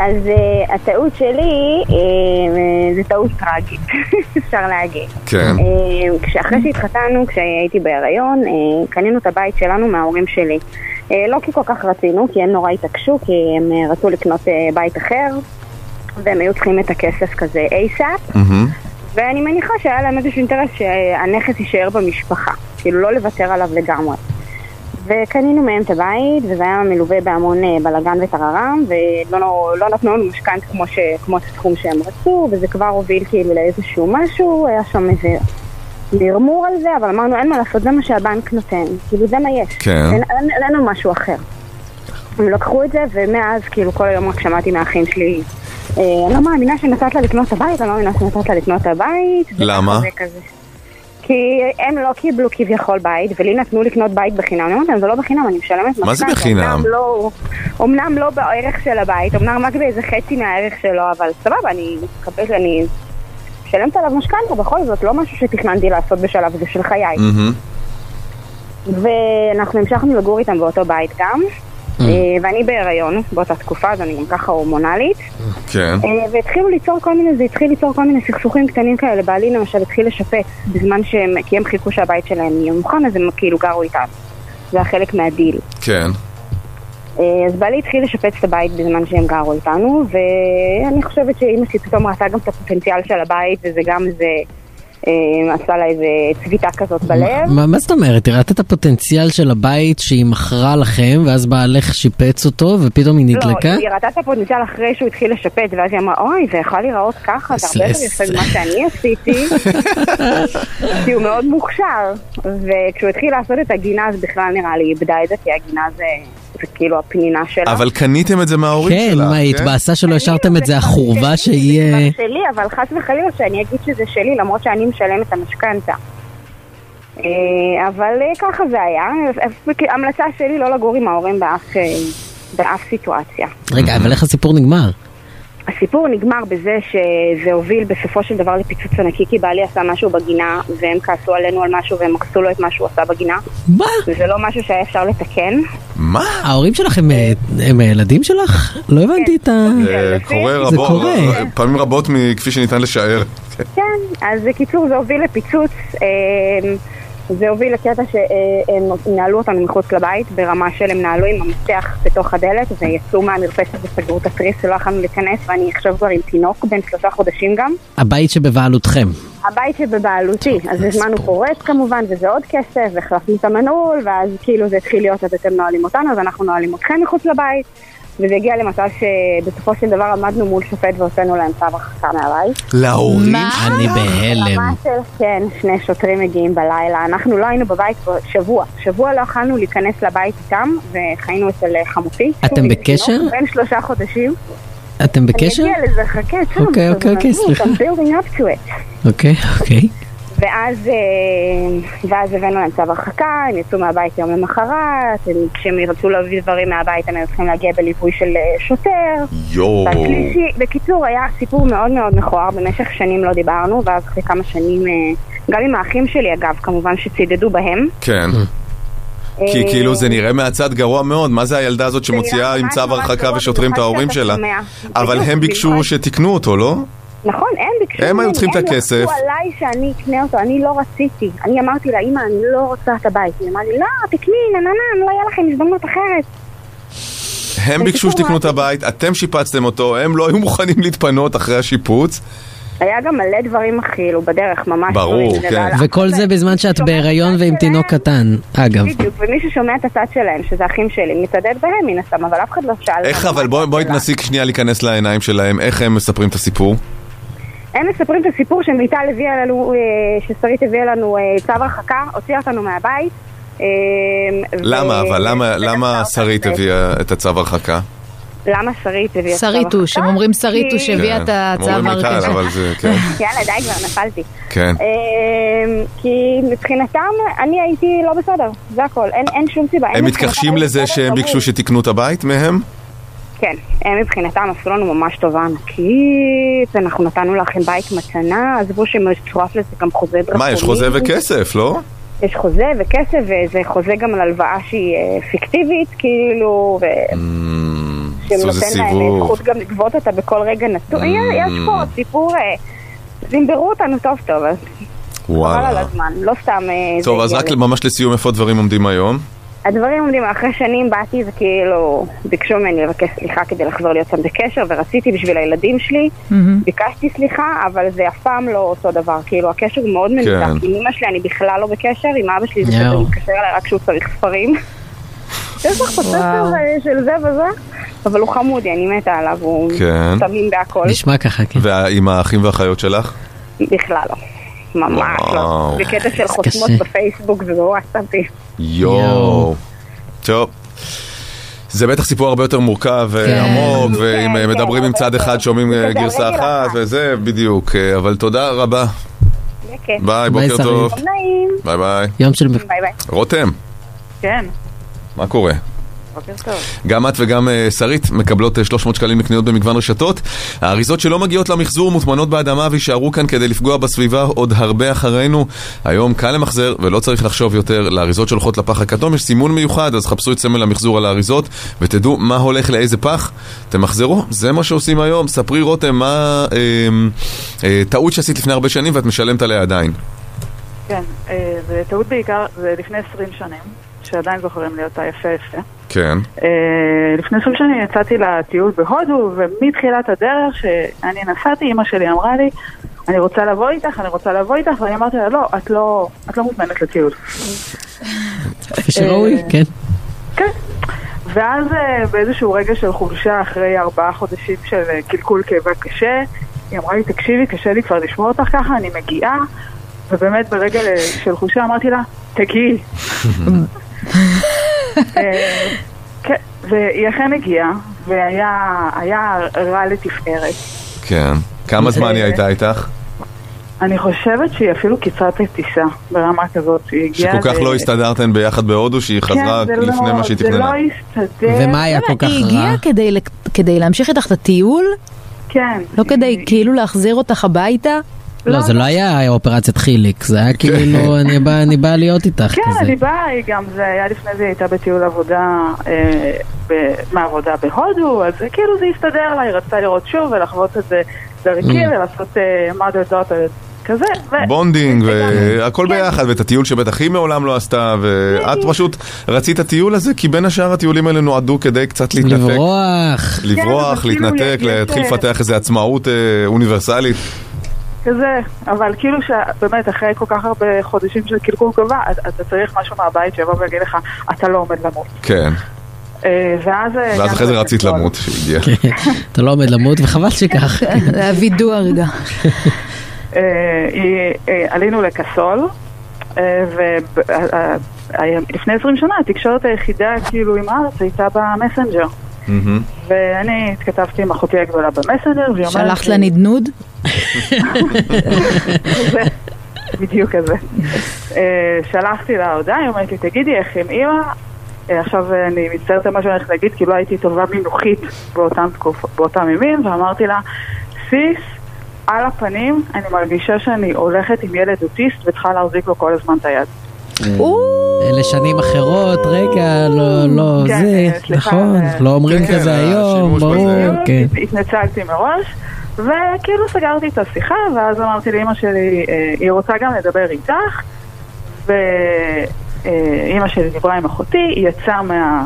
אז אה, הטעות שלי, אה, אה, זו טעות טראגית, אפשר להגיד. כן. אה, כש- אחרי שהתחתנו, כשהייתי בהיריון, אה, קנינו את הבית שלנו מההורים שלי. אה, לא כי כל כך רצינו, כי הם נורא התעקשו, כי הם אה, רצו לקנות אה, בית אחר, והם היו צריכים את הכסף כזה אייסאפ. מהמם. ואני מניחה שהיה להם איזשהו אינטרס שהנכס יישאר במשפחה, כאילו לא לוותר עליו לגמרי. וקנינו מהם את הבית, וזה היה מלווה בהמון אה, בלאגן וטררם, ולא לא נתנו לנו משכנתה כמו, ש- כמו את הסכום שהם רצו, וזה כבר הוביל כאילו לאיזשהו משהו, היה שם איזה מרמור על זה, אבל אמרנו אין מה לעשות, זה מה שהבנק נותן, כאילו זה מה יש, כן. אין, אין, אין לנו משהו אחר. הם לקחו את זה, ומאז כאילו כל היום רק שמעתי מהאחים שלי, "אה, אני לא מאמינה שנתת לה לקנות את הבית, אני לא מאמינה שנתת לה לקנות את הבית. למה? וכזה, כזה. כי הם לא קיבלו כביכול בית, ולי נתנו לקנות בית בחינם. אני אומרת להם, זה לא בחינם, אני משלמת משכנתה. מה זה בחינם? אמנם לא, אמנם לא בערך של הבית, אמנם רק באיזה חצי מהערך שלו, אבל סבבה, אני מקבלת, אני משלמת עליו משכנתה, בכל זאת, לא משהו שתכננתי לעשות בשלב הזה של חיי. מהמם. ואנחנו המשכנו לגור איתם באותו בית גם. אה, ואני בהיריון באותה תקופה, אז אני גם ככה הורמונלית. כן. אה, והתחילו ליצור כל מיני, זה התחיל ליצור כל מיני סכסוכים קטנים כאלה. בעלי למשל התחיל לשפץ בזמן שהם, כי הם חיכו שהבית שלהם יהיה מוכן, אז הם כאילו גרו איתם. זה היה חלק מהדיל. כן. אה, אז בעלי התחיל לשפץ את הבית בזמן שהם גרו איתנו, ואני חושבת שאימא שלי פתאום ראתה גם את הפוטנציאל של הבית, וזה גם איזה, אה, עשה לה איזה צביטה כזאת בלב. כן. מה, מה זאת אומרת? היא ראתה את הפוטנציאל של הבית שהיא מכרה לכם, ואז בעלך שיפץ אותו, ופתאום היא נדלקה? לא, היא ראתה את הפוטנציאל אחרי שהוא התחיל לשפץ, ואז היא אמרה, אוי, זה יכול להיראות ככה, זה הרבה יותר יפה ממה שאני עשיתי, כי הוא מאוד מוכשר. וכשהוא התחיל לעשות את הגינה, אז בכלל נראה לי היא איבדה את זה, כי הגינה זה זה כאילו הפנינה שלה. אבל קניתם את זה מההורים כן, שלה. מה, היא התבאסה שלא השארתם את זה החורבה שהיא... אה, כן, זה כבר שלי, אבל חס וחלילה שאני אגיד שזה שלי, למרות שאני משלמת את המשכנתה. אה, אבל אה, ככה זה היה, אה, המלצה שלי לא לגור עם ההורים באף, אה, באף סיטואציה. אה, רגע, אבל איך הסיפור נגמר? הסיפור נגמר בזה שזה הוביל בסופו של דבר לפיצוץ ענקי כי בעלי עשה משהו בגינה והם כעסו עלינו על משהו והם עקצו לו את מה שהוא עשה בגינה מה? וזה לא משהו שהיה אפשר לתקן מה? ההורים שלך הם, אה, הם הילדים שלך? לא הבנתי את ה... כן, אה, קורה זה רבות, אה, קורה. פעמים רבות מכפי שניתן לשער. כן, אז בקיצור זה הוביל לפיצוץ, אמ, זה הוביל לקטע שהם נעלו אותנו מחוץ לבית ברמה של הם נעלו עם המפתח בתוך הדלת ויצאו מהמרפסת וסגרו את התריס ולא יכולנו להיכנס ואני עכשיו כבר עם תינוק בן שלושה חודשים גם. הבית שבבעלותכם. הבית שבבעלותי, אז הזמנו פורץ כמובן וזה עוד כסף והחלפנו את המנעול ואז כאילו זה התחיל להיות אז אתם נועלים אותנו אז אנחנו נועלים אתכם מחוץ לבית וזה הגיע למצב שבסופו של דבר עמדנו מול שופט והוצאנו להם צו הרחקה מהבית. להורים? אני בהלם. ברמה של- כן, שני שוטרים מגיעים בלילה. אנחנו לא היינו בבית כבר שבוע. שבוע לא יכלנו להיכנס לבית איתם, וחיינו אצל אה, חמותי. אתם עם בקשר? תינוק בן שלושה חודשים. אתם בקשר? אני אגיע לזה, חכה, שם. אוקיי, אוקיי, אוקיי, סליחה. I'm building up to it. אוקיי, אוקיי. ואז, אה, ואז הבאנו להם צו הרחקה, הם יצאו מהבית יום למחרת, הם, כשהם ירצו להביא דברים מהבית הם היו צריכים להגיע בליווי של אה, שוטר. יואו. והשלישי, בקיצור, היה סיפור מאוד מאוד מכוער, במשך שנים לא דיברנו, ואז אחרי כמה שנים, אה, גם עם האחים שלי אגב, כמובן שצידדו בהם. כן. כי אה, כאילו זה נראה מהצד גרוע מאוד, מה זה הילדה הזאת שמוציאה נראה עם ממש צו ממש הרחקה גרוע, ושוטרים את במיוחד ההורים כשאתה שלה? שומע. אבל בדיוק, הם במיוחד. ביקשו שתיקנו אותו, לא? נכון, הם ביקשו. הם היו ממני, צריכים את הכסף. הם לחצו עליי שאני אקנה אותו, אני לא רציתי. אני אמרתי לה, אמא, אני לא רוצה את הבית. היא אמרה לי, לא, תקני, נננן, לא יהיה לכם הזדמנות אחרת. הם ביקשו בקיצור, שתקנו מה- את הבית, אתם שיפצתם אותו, הם לא היו מוכנים להתפנות אחרי השיפוץ. היה גם מלא דברים כאילו בדרך, ממש. ברור, דברים שזה כן. בעלה. וכל זה בזמן שאת שומעת בהיריון את ועם הצד תינוק שלהם, קטן, אגב. בדיוק, ומי ששומע את הצד שלהם, שזה אחים שלי, מצדד בהם מן הסתם, אבל אף אחד לא שאל. איך אותם אבל, מה בואי הצד בואי שלה. תנסי שנייה להיכנס לעיניים שלהם, איך הם מספרים את הסיפור? הם מספרים את הסיפור שמיטל הביאה לנו, אה, ששרית הביאה לנו אה, צו הרחקה, הוציאה אותנו מהבית. אה, ו- למה, אבל למה- למה ודחתה שרית אותנו. הביאה את הצו הרחקה? למה שרית הביאה את צו הרחקה? שריטוש, הם אומרים שריטוש כי- הביאה כן, את הצו אומרים מיטל, ההרכשה. אבל זה, כן, יאללה, די כבר, נפלתי. כן. אמ, כי מבחינתם, אני הייתי לא בסדר, זה הכל. אין- אין שום סיבה. הם מבחינתם מתכחשים הייתי לזה בסדר שהם גמור. ביקשו שתקנו את הבית מהם? כן, הם מבחינתם עשו לנו ממש טובה ענקית, אנחנו נתנו לכם בית מתנה, עזבו שמצורף לזה גם חוזה דרקוני. מה, יש חוזה וכסף, לא? יש חוזה וכסף, וזה חוזה גם על הלוואה שהיא אה, פיקטיבית, כאילו, ו... Mm, שנותן להם אה, זכות גם לגבות אותה בכל רגע Mm. נתון. יש פה סיפור, אה, זימברו אותנו טוב טוב, אז חבל על וואלה. הזמן, לא סתם... אה, זה טוב, אז הגיע רק לזה. ממש לסיום, איפה הדברים עומדים היום? הדברים עומדים, אחרי שנים באתי וכאילו ביקשו ממני לבקש סליחה כדי לחזור להיות שם בקשר, ורציתי בשביל הילדים שלי, ביקשתי סליחה, אבל זה אף פעם לא אותו דבר, כאילו הקשר הוא מאוד כן. מנותק, עם אמא שלי אני בכלל לא בקשר, עם אבא שלי זה יואו. כזה מתקשר אליי רק כשהוא צריך ספרים. יש לך פה ספר אה, של זה וזה, אבל הוא חמודי, אני מתה עליו, הוא כן. תמים בהכל, נשמע ככה, כן. ועם האחים והאחיות שלך? בכלל לא. ממש לא. וואו. בקטע של חותמות קשה. בפייסבוק ובוואטסאפים. יואו. יואו. טוב. זה בטח סיפור הרבה יותר מורכב כן. ועמוק, ואם אה, כן, מדברים עם הרבה צד יותר. אחד שומעים אה, זה גם גרסה רגל אחת אחת. וזה, בדיוק. אה, אבל תודה רבה. בכיף. ביי, ביי, בוקר שרית. טוב. יום נעים. ביי ביי. יום של... ביי ביי. רותם, כן, מה קורה? בוקר טוב. גם את וגם אה, שרית מקבלות אה, 300 שקלים לקניות במגוון רשתות. האריזות שלא מגיעות למחזור מוטמנות באדמה ויישארו כאן כדי לפגוע בסביבה עוד הרבה אחרינו. היום קל למחזר ולא צריך לחשוב יותר. לאריזות שהולכות לפח הכתום יש סימון מיוחד, אז חפשו את סמל המחזור על האריזות ותדעו מה הולך לאיזה פח. תמחזרו, זה מה שעושים היום. ספרי רותם מה אה, אה, טעות שעשית לפני הרבה שנים ואת משלמת עליה עדיין. כן, אה, זה טעות בעיקר, זה לפני 20 שנים, שעדיין זוכרים לי אותה יפה יפה. כן. אה, לפני 20 שנים יצאתי לטיול בהודו, ומתחילת הדרך שאני נסעתי, אימא שלי אמרה לי, אני רוצה לבוא איתך, אני רוצה לבוא איתך, ואני אמרתי לה, לא, את לא, את לא מוזמנת לטיול. כפי שראוי, אה, כן. כן. ואז אה, באיזשהו רגע של חולשה, אחרי ארבעה חודשים של אה, קלקול קיבה קשה, היא אמרה לי, תקשיבי, קשה לי כבר לשמוע אותך ככה, אני מגיעה, ובאמת ברגע אה, של חולשה אמרתי לה, תגיעי. אה, כן, והיא אכן הגיעה, והיה היה רע לתפארת. כן. כמה זמן היא הייתה איתך? אני חושבת שהיא אפילו קיצרת את טיסה ברמה כזאת. היא הגיעה... שכל כך ל- לא הסתדרתן ביחד בהודו, שהיא חזרה כן, זה לפני לא- מה שהיא זה תכננה. לא הסתדר. ומה היה כל כך היא רע? הגיעה כדי לק- כדי להמשיך איתך את הטיול? כן. לא כדי כאילו להחזיר אותך הביתה? לא, זה לא היה אופרציית חיליק, זה היה כאילו, אני בא- אני בא להיות איתך כן, כזה. אני באה, היא גם, זה היה לפני זה, היא הייתה בטיול עבודה, אה, ב- מעבודה בהודו, אז כאילו זה הסתדר לה, היא רצתה לראות שוב ולחוות את זה דרכי ולעשות אה, mother daughter כזה, ו- בונדינג וגם- והכל לא כן. ביחד, ואת הטיול שבטח היא מעולם לא עשתה, ואת פשוט רצית את הטיול הזה, כי בין השאר הטיולים האלה נועדו כדי קצת להתנתק. לברוח. לברוח, אבל כאילו להתנתק, יש- להתחיל יש- לפתח איזו עצמאות אה, אוניברסלית. כזה, אבל כאילו שבאמת אחרי כל כך הרבה חודשים של קלקול גבה, אתה- אתה צריך משהו מהבית שיבוא ויגיד לך, אתה לא עומד למות. כן. אה, ואז... אה, ואז גם אחרי זה זה רצית קלקול. למות שהגיע. אתה לא עומד למות, וחבל שכך. זה היה וידוא הרגע. אה, היא- אה, עלינו לקסול, אה, ולפני 20 אה, שנה התקשורת היחידה כאילו עם הארץ הייתה במסנג'ר. מהמם. ואני התכתבתי עם אחותי הגדולה במסנג'ר, והיא אומרת... שלחת לי- לה נדנוד? בדיוק כזה. אה, שלחתי לה הודעה, היא אומרת לי, תגידי, איך עם אימא? אה, עכשיו אה, אני מצטערת על מה שאני הולכת להגיד, כי לא הייתי טובה מינוחית באותם תקופ- באותם ימים, ואמרתי לה, סיס, על הפנים, אני מרגישה שאני הולכת עם ילד אוטיסט וצריכה להחזיק לו כל הזמן את היד. אלה שנים אחרות, רגע, לא, לא, כן, זה, סליחה, נכון, אה, לא אומרים כן, כזה היום, השימוש ברור, בזה. לא, כן. התנצלתי מראש, וכאילו סגרתי את השיחה, ואז אמרתי לאימא שלי, אה, היא רוצה גם לדבר איתך, ואימא שלי דיברה עם אחותי, היא יצאה מה,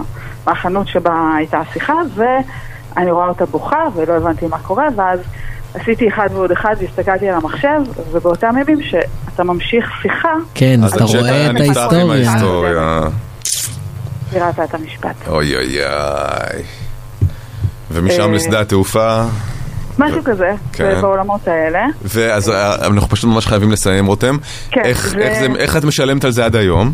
מהחנות שבה הייתה השיחה, ואני רואה אותה בוכה, ולא הבנתי מה קורה, ואז עשיתי אחד ועוד אחד, והסתכלתי על המחשב, ובאותם ימים שאתה ממשיך שיחה, כן, אז אז אתה רואה הקטע את נפתח עם ההיסטוריה. ההיסטוריה. פירטת את המשפט. אוי אוי אוי. ומשם אה. לשדה התעופה, משהו כזה, כן. זה בעולמות האלה. ואז אה, אנחנו פשוט ממש חייבים לסיים, רותם. כן, איך- זה- איך זה- איך את משלמת על זה עד היום?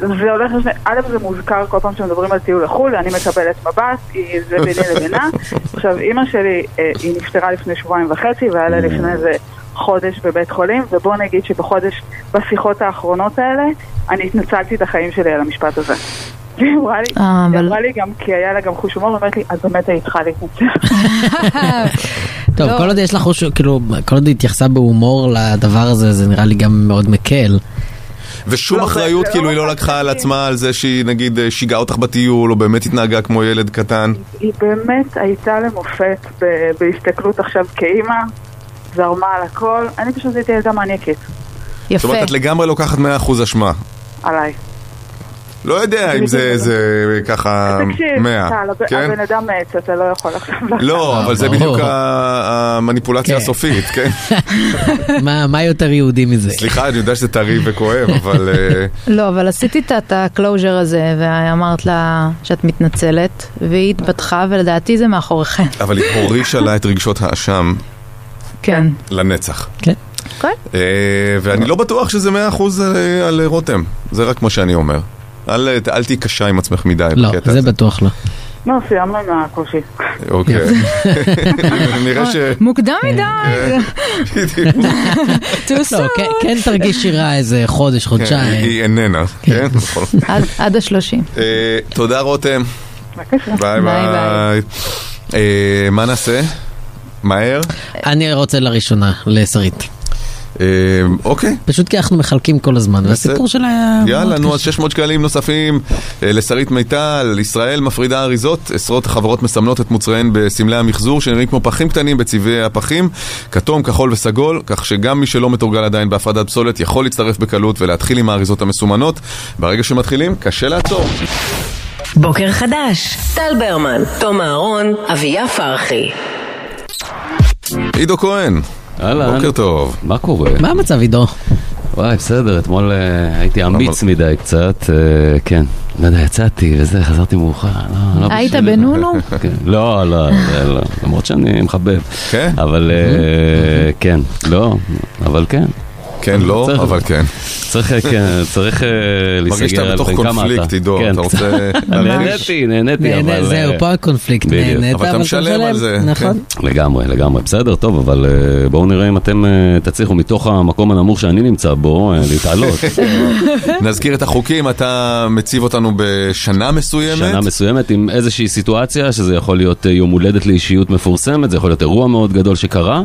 זה הולך לשני, א' זה מוזכר כל פעם שמדברים על טיול לחו"ל, אני מקבלת מבט, היא- זה ביני לבינה. עכשיו, אימא שלי, אה, היא נפטרה לפני שבועיים וחצי, והיה Mm. לה לפני איזה חודש בבית חולים, ובוא נגיד שבחודש, בשיחות האחרונות האלה, אני התנצלתי את החיים שלי על המשפט הזה. והיא אמרה לי, אה, היא אבל- אמרה לי גם, כי היה לה גם חוש הומור, ואומרת לי, אז באמת היית צריכה להתנצל. טוב, לא. כל עוד יש לך חוש, כאילו, כל עוד היא התייחסה בהומור לדבר הזה, זה נראה לי גם מאוד מקל. ושום לא, זה- אחריות, זה כאילו, לא היא לא רק לקחה על חצי. עצמה על זה שהיא נגיד אה, שיגעה אותך בטיול, או באמת התנהגה כמו ילד קטן. היא באמת הייתה למופת ב- בהסתכלות עכשיו כאימא, זרמה על הכל, אני פשוט הייתי ילדה מניאקית, זאת יפה. אומרת, את לגמרי לוקחת 100% אשמה. עליי. לא יודע אם זה זה ככה תקשיב, 100, טל, הב- כן? הבן אדם מת, אתה לא יכול עכשיו... לא, אבל זה ברור. בדיוק ה- המניפולציה כן. הסופית, כן? מה מה יותר יהודי מזה? סליחה, אני יודע שזה טרי וכואב, אבל... אה, לא, אבל עשיתי את- את הקלוז'ר הזה, ואמרת לה שאת מתנצלת, והיא התפתחה, ולדעתי זה מאחוריכם. אבל היא הורישה לה את רגשות האשם כן. לנצח. כן. כן. אה, ואני לא בטוח שזה 100% על- על רותם, זה רק מה שאני אומר. אל אל תהיי קשה עם עצמך מדי לא, בקטע זה הזה. בטוח לא. לא, סיימנו עם הקושי. אוקיי. נראה ש... מוקדם כן. מדי, too לא, soon. כן- כן תרגישי רע איזה חודש, חודשיים. היא איננה, כן? נכון. עד- עד השלושים. אה, תודה רותם, בבקשה. ביי ביי, ביי. ביי. אה, מה נעשה? מהר? אני רוצה לראשונה, לשרית. אה, אוקיי. פשוט כי אנחנו מחלקים כל הזמן, והסיפור שלה היה... יאללה, אה, מאוד נו, אז קשה. 600 שקלים נוספים אה, לשרית מיטל, ישראל מפרידה אריזות, עשרות חברות מסמנות את מוצריהן בסמלי המחזור, שנראים כמו פחים קטנים בצבעי הפחים, כתום, כחול וסגול, כך שגם מי שלא מתורגל עדיין בהפרדת פסולת יכול להצטרף בקלות ולהתחיל עם האריזות המסומנות. ברגע שמתחילים, קשה לעצור. בוקר חדש, טל ברמן, תום אהרון, אביה פרחי. אה, עידו כהן, אהלן. כן. בוקר טוב. מה קורה? מה המצב עידו? וואי, בסדר, אתמול אה, הייתי אמיץ אבל- מדי קצת, אה, כן. לא יודע, יצאתי וזה, חזרתי מאוחר. לא, לא היית בשביל- בנונו? כן, לא, לא, לא, לא, למרות שאני מחבב. כן? אבל אה, כן, לא, אבל כן. כן, לא, צריך- אבל כן. צריך, אה, כן, צריך אה, מרגיש להיסגר שאתה על בתוך בן כמה אתה. קונפליקט, עידו, כן. אתה רוצה להרגיש? נהניתי, נהניתי, נהנה, אבל... זהו, אה, פה הקונפליט, בדיוק. נהנית, אה, אבל אתה משלם על זה, כן. נכון. לגמרי, לגמרי, בסדר, טוב, אבל אה, בואו נראה אם אתם אה, תצליחו מתוך המקום הנמוך שאני נמצא בו אה, להתעלות. נזכיר את החוקים, אתה מציב אותנו בשנה שנה מסוימת. מסוימת עם איזושהי סיטואציה, שזה יכול להיות אה, יום הולדת לאישיות מפורסמת, זה יכול להיות אירוע מאוד גדול שקרה,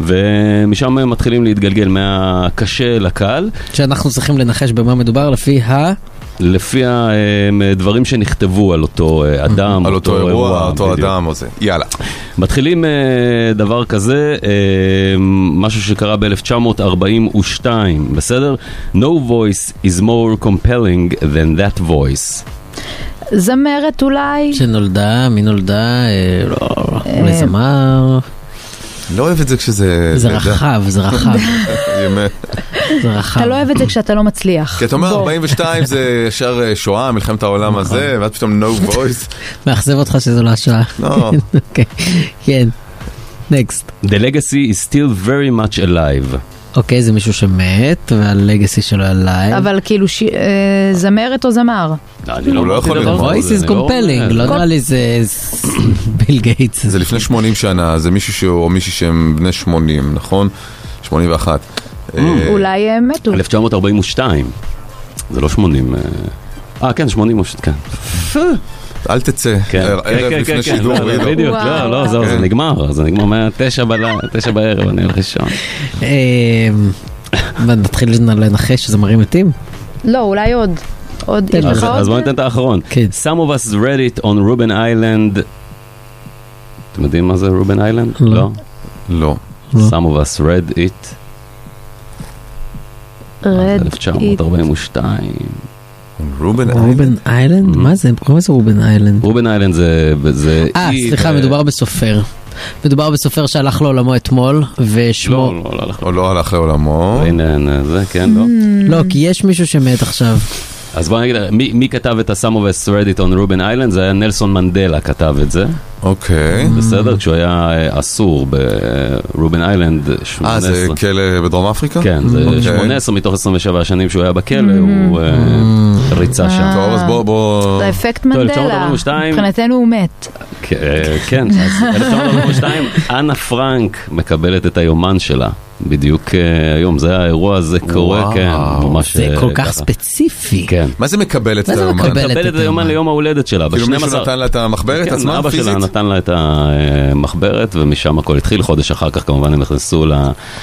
ומשם אה, מתחילים להתגלגל מהקשה לקל, שאנחנו צריכים לנחש במה מדובר לפי ה... לפי הדברים שנכתבו על אותו אה, אדם, על אותו אירוע, אותו בדיוק. אדם או זה. יאללה. מתחילים אה, דבר כזה, אה, משהו שקרה ב-1942, בסדר? No voice is more compelling than that voice. זמרת אולי? שנולדה, מי נולדה, אה, לא, אולי זמר. לא אוהב את זה כשזה... זה אתה יודע, רחב, זה אה, רחב, ימי- זה רחב. אתה לא אוהב את זה כשאתה לא מצליח. כי אתה אומר בוא. 42 זה ישר אה, שואה, מלחמת העולם נכון. הזה, ואז פתאום no voice. מאכזב אותך שזו לא השואה. לא. אוקיי, כן. נקסט. The legacy is still very much alive. אוקיי, זה מישהו שמת, והלגסי שלו עליי. אבל כאילו ש- אה, זמרת או זמר? אני הוא לא אמרתי יכול דבר לומר. כזה, voice is אני לא- compelling, לא אה, נראה לי זה זה- ביל גייטס. זה לפני 80 שנה, זה מישהו שהוא- או מישהי שהם בני 80, נכון? 81. אה, אולי אה, מתו. 1942. זה לא 80... אה, אה, כן, 82, כן. אל תצא, כן, ער- כן, ערב כן, כן, לפני כן, שידור. לא, לא, עידו. בדיוק, וואו. לא, לא, זהו, זה כן. נגמר, זה נגמר מהתשע בלילה, תשע בערב, אני הולך לישון. אמ, מה, נתחיל לנחש שזמרים מתים? לא, אולי עוד. עוד, יש אז לך אז בואו עוד? ניתן את האחרון. כן. Some of us read it on Ruben Island. אתם יודעים מה זה רובן איילנד? לא. לא. לא. Some of us read it. רד. 1942. רובן איילנד? רובן איילנד? מה זה? קוראים לזה רובן איילנד. רובן איילנד זה... זה אה, אי סליחה, ב- מדובר בסופר. מדובר בסופר שהלך לעולמו אתמול, ושמו... לא, לא, לא הלך. או לא הלך לעולמו. הנה, זה, כן, Mm. לא. לא, כי יש מישהו שמת עכשיו. אז בוא נגיד, מי, מי כתב את ה-Some of us read it on רובן איילנד? זה היה נלסון מנדלה כתב את זה, אוקיי. בסדר? כשהוא היה אה, אסור ברובן איילנד 18. אה, זה כלא בדרום אפריקה? כן, זה אוקיי. 18 מתוך 27 השנים שהוא היה בכלא, הוא אה, ריצה שם. Mm-hmm. טוב, אז בוא, בוא... זה אפקט טוב, מנדלה. 1942. מבחינתנו הוא מת. כ- אה, כן, אז 1942, אנה פרנק מקבלת את היומן שלה. בדיוק אה, היום, זה האירוע הזה קורה, וואו. כן, ממש... זה אה, כל כך ככה. ספציפי. כן. מה זה מקבלת מה את זה היומן? מקבלת? מקבלת את היומן ליום ההולדת שלה, כאילו מישהו ב-12 נתן לה את המחברת כן, עצמה אבא פיזית? שלה נתן לה את המחברת, ומשם הכל התחיל. חודש אחר כך כמובן הם נכנסו ל...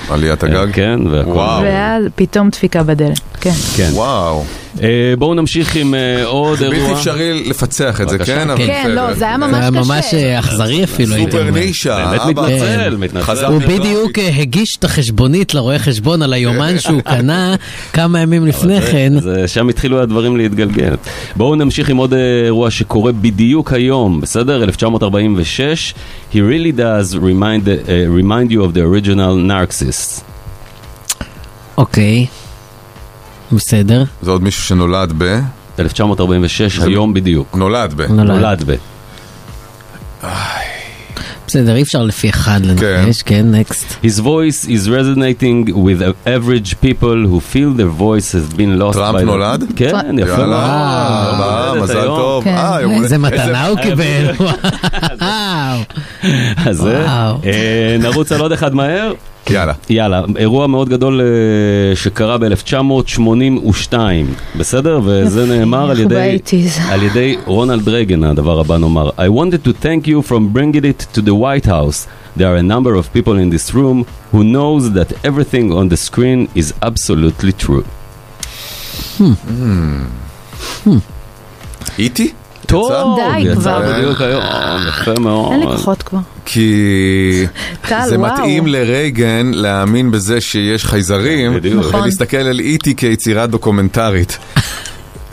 עליית הגג? כן, והכל... וואו. ואז פתאום דפיקה בדלת. כן. כן. וואו. אה, בואו נמשיך עם אה, עוד בלתי אירוע. אפשרי לפצח את זה, בבקשה. כן? אבל כן, בסדר. לא, זה היה זה היה ממש ממש קשה. אה, אכזרי אפילו, הייתי סופר אומר. כן. נישה, באמת אבא. מתנצל, חזר מתנצל. הוא מזרחי. בדיוק אה, הגיש את החשבונית לרואה חשבון על היומן שהוא קנה כמה ימים לפני כן. אז אה, שם התחילו הדברים להתגלגל. בואו נמשיך עם עוד אה, אירוע שקורה בדיוק היום, בסדר? 1946. He really does remind, uh, remind you of the original narcissist. אוקיי. בסדר. זה עוד מישהו שנולד ב... 1946, זה- היום בדיוק. נולד ב. נולד. נולד ב... בסדר, אי אפשר לפי אחד כן. לנחש, כן, נקסט. His voice is resonating with average people who feel their voice has been lost טראמפ by... the- נולד? כן, יפה מאוד. יאללה, ארבעה, יום מזל הולדת היום. טוב. כן. אה, יום הולדת. איזה מתנה הוא קיבל, וואו. אז זה, וואו. אה, נרוץ על עוד אחד מהר. יאללה. יאללה, אירוע מאוד גדול אה, שקרה ב-1982, בסדר? וזה נאמר על ידי... באייטיז. על ידי רונלד רייגן הדבר הבא נאמר I wanted to thank you from bringing it to the White House. There are a number of people in this room who knows that everything on the screen is absolutely true. איתי? טוב, די יצא כבר. בדיוק היום, יפה מאוד. אין לי כוחות כבר. כי טל, זה וואו. מתאים לרייגן להאמין בזה שיש חייזרים, כן, בדיוק. נכון. ולהסתכל על איטי כיצירה דוקומנטרית.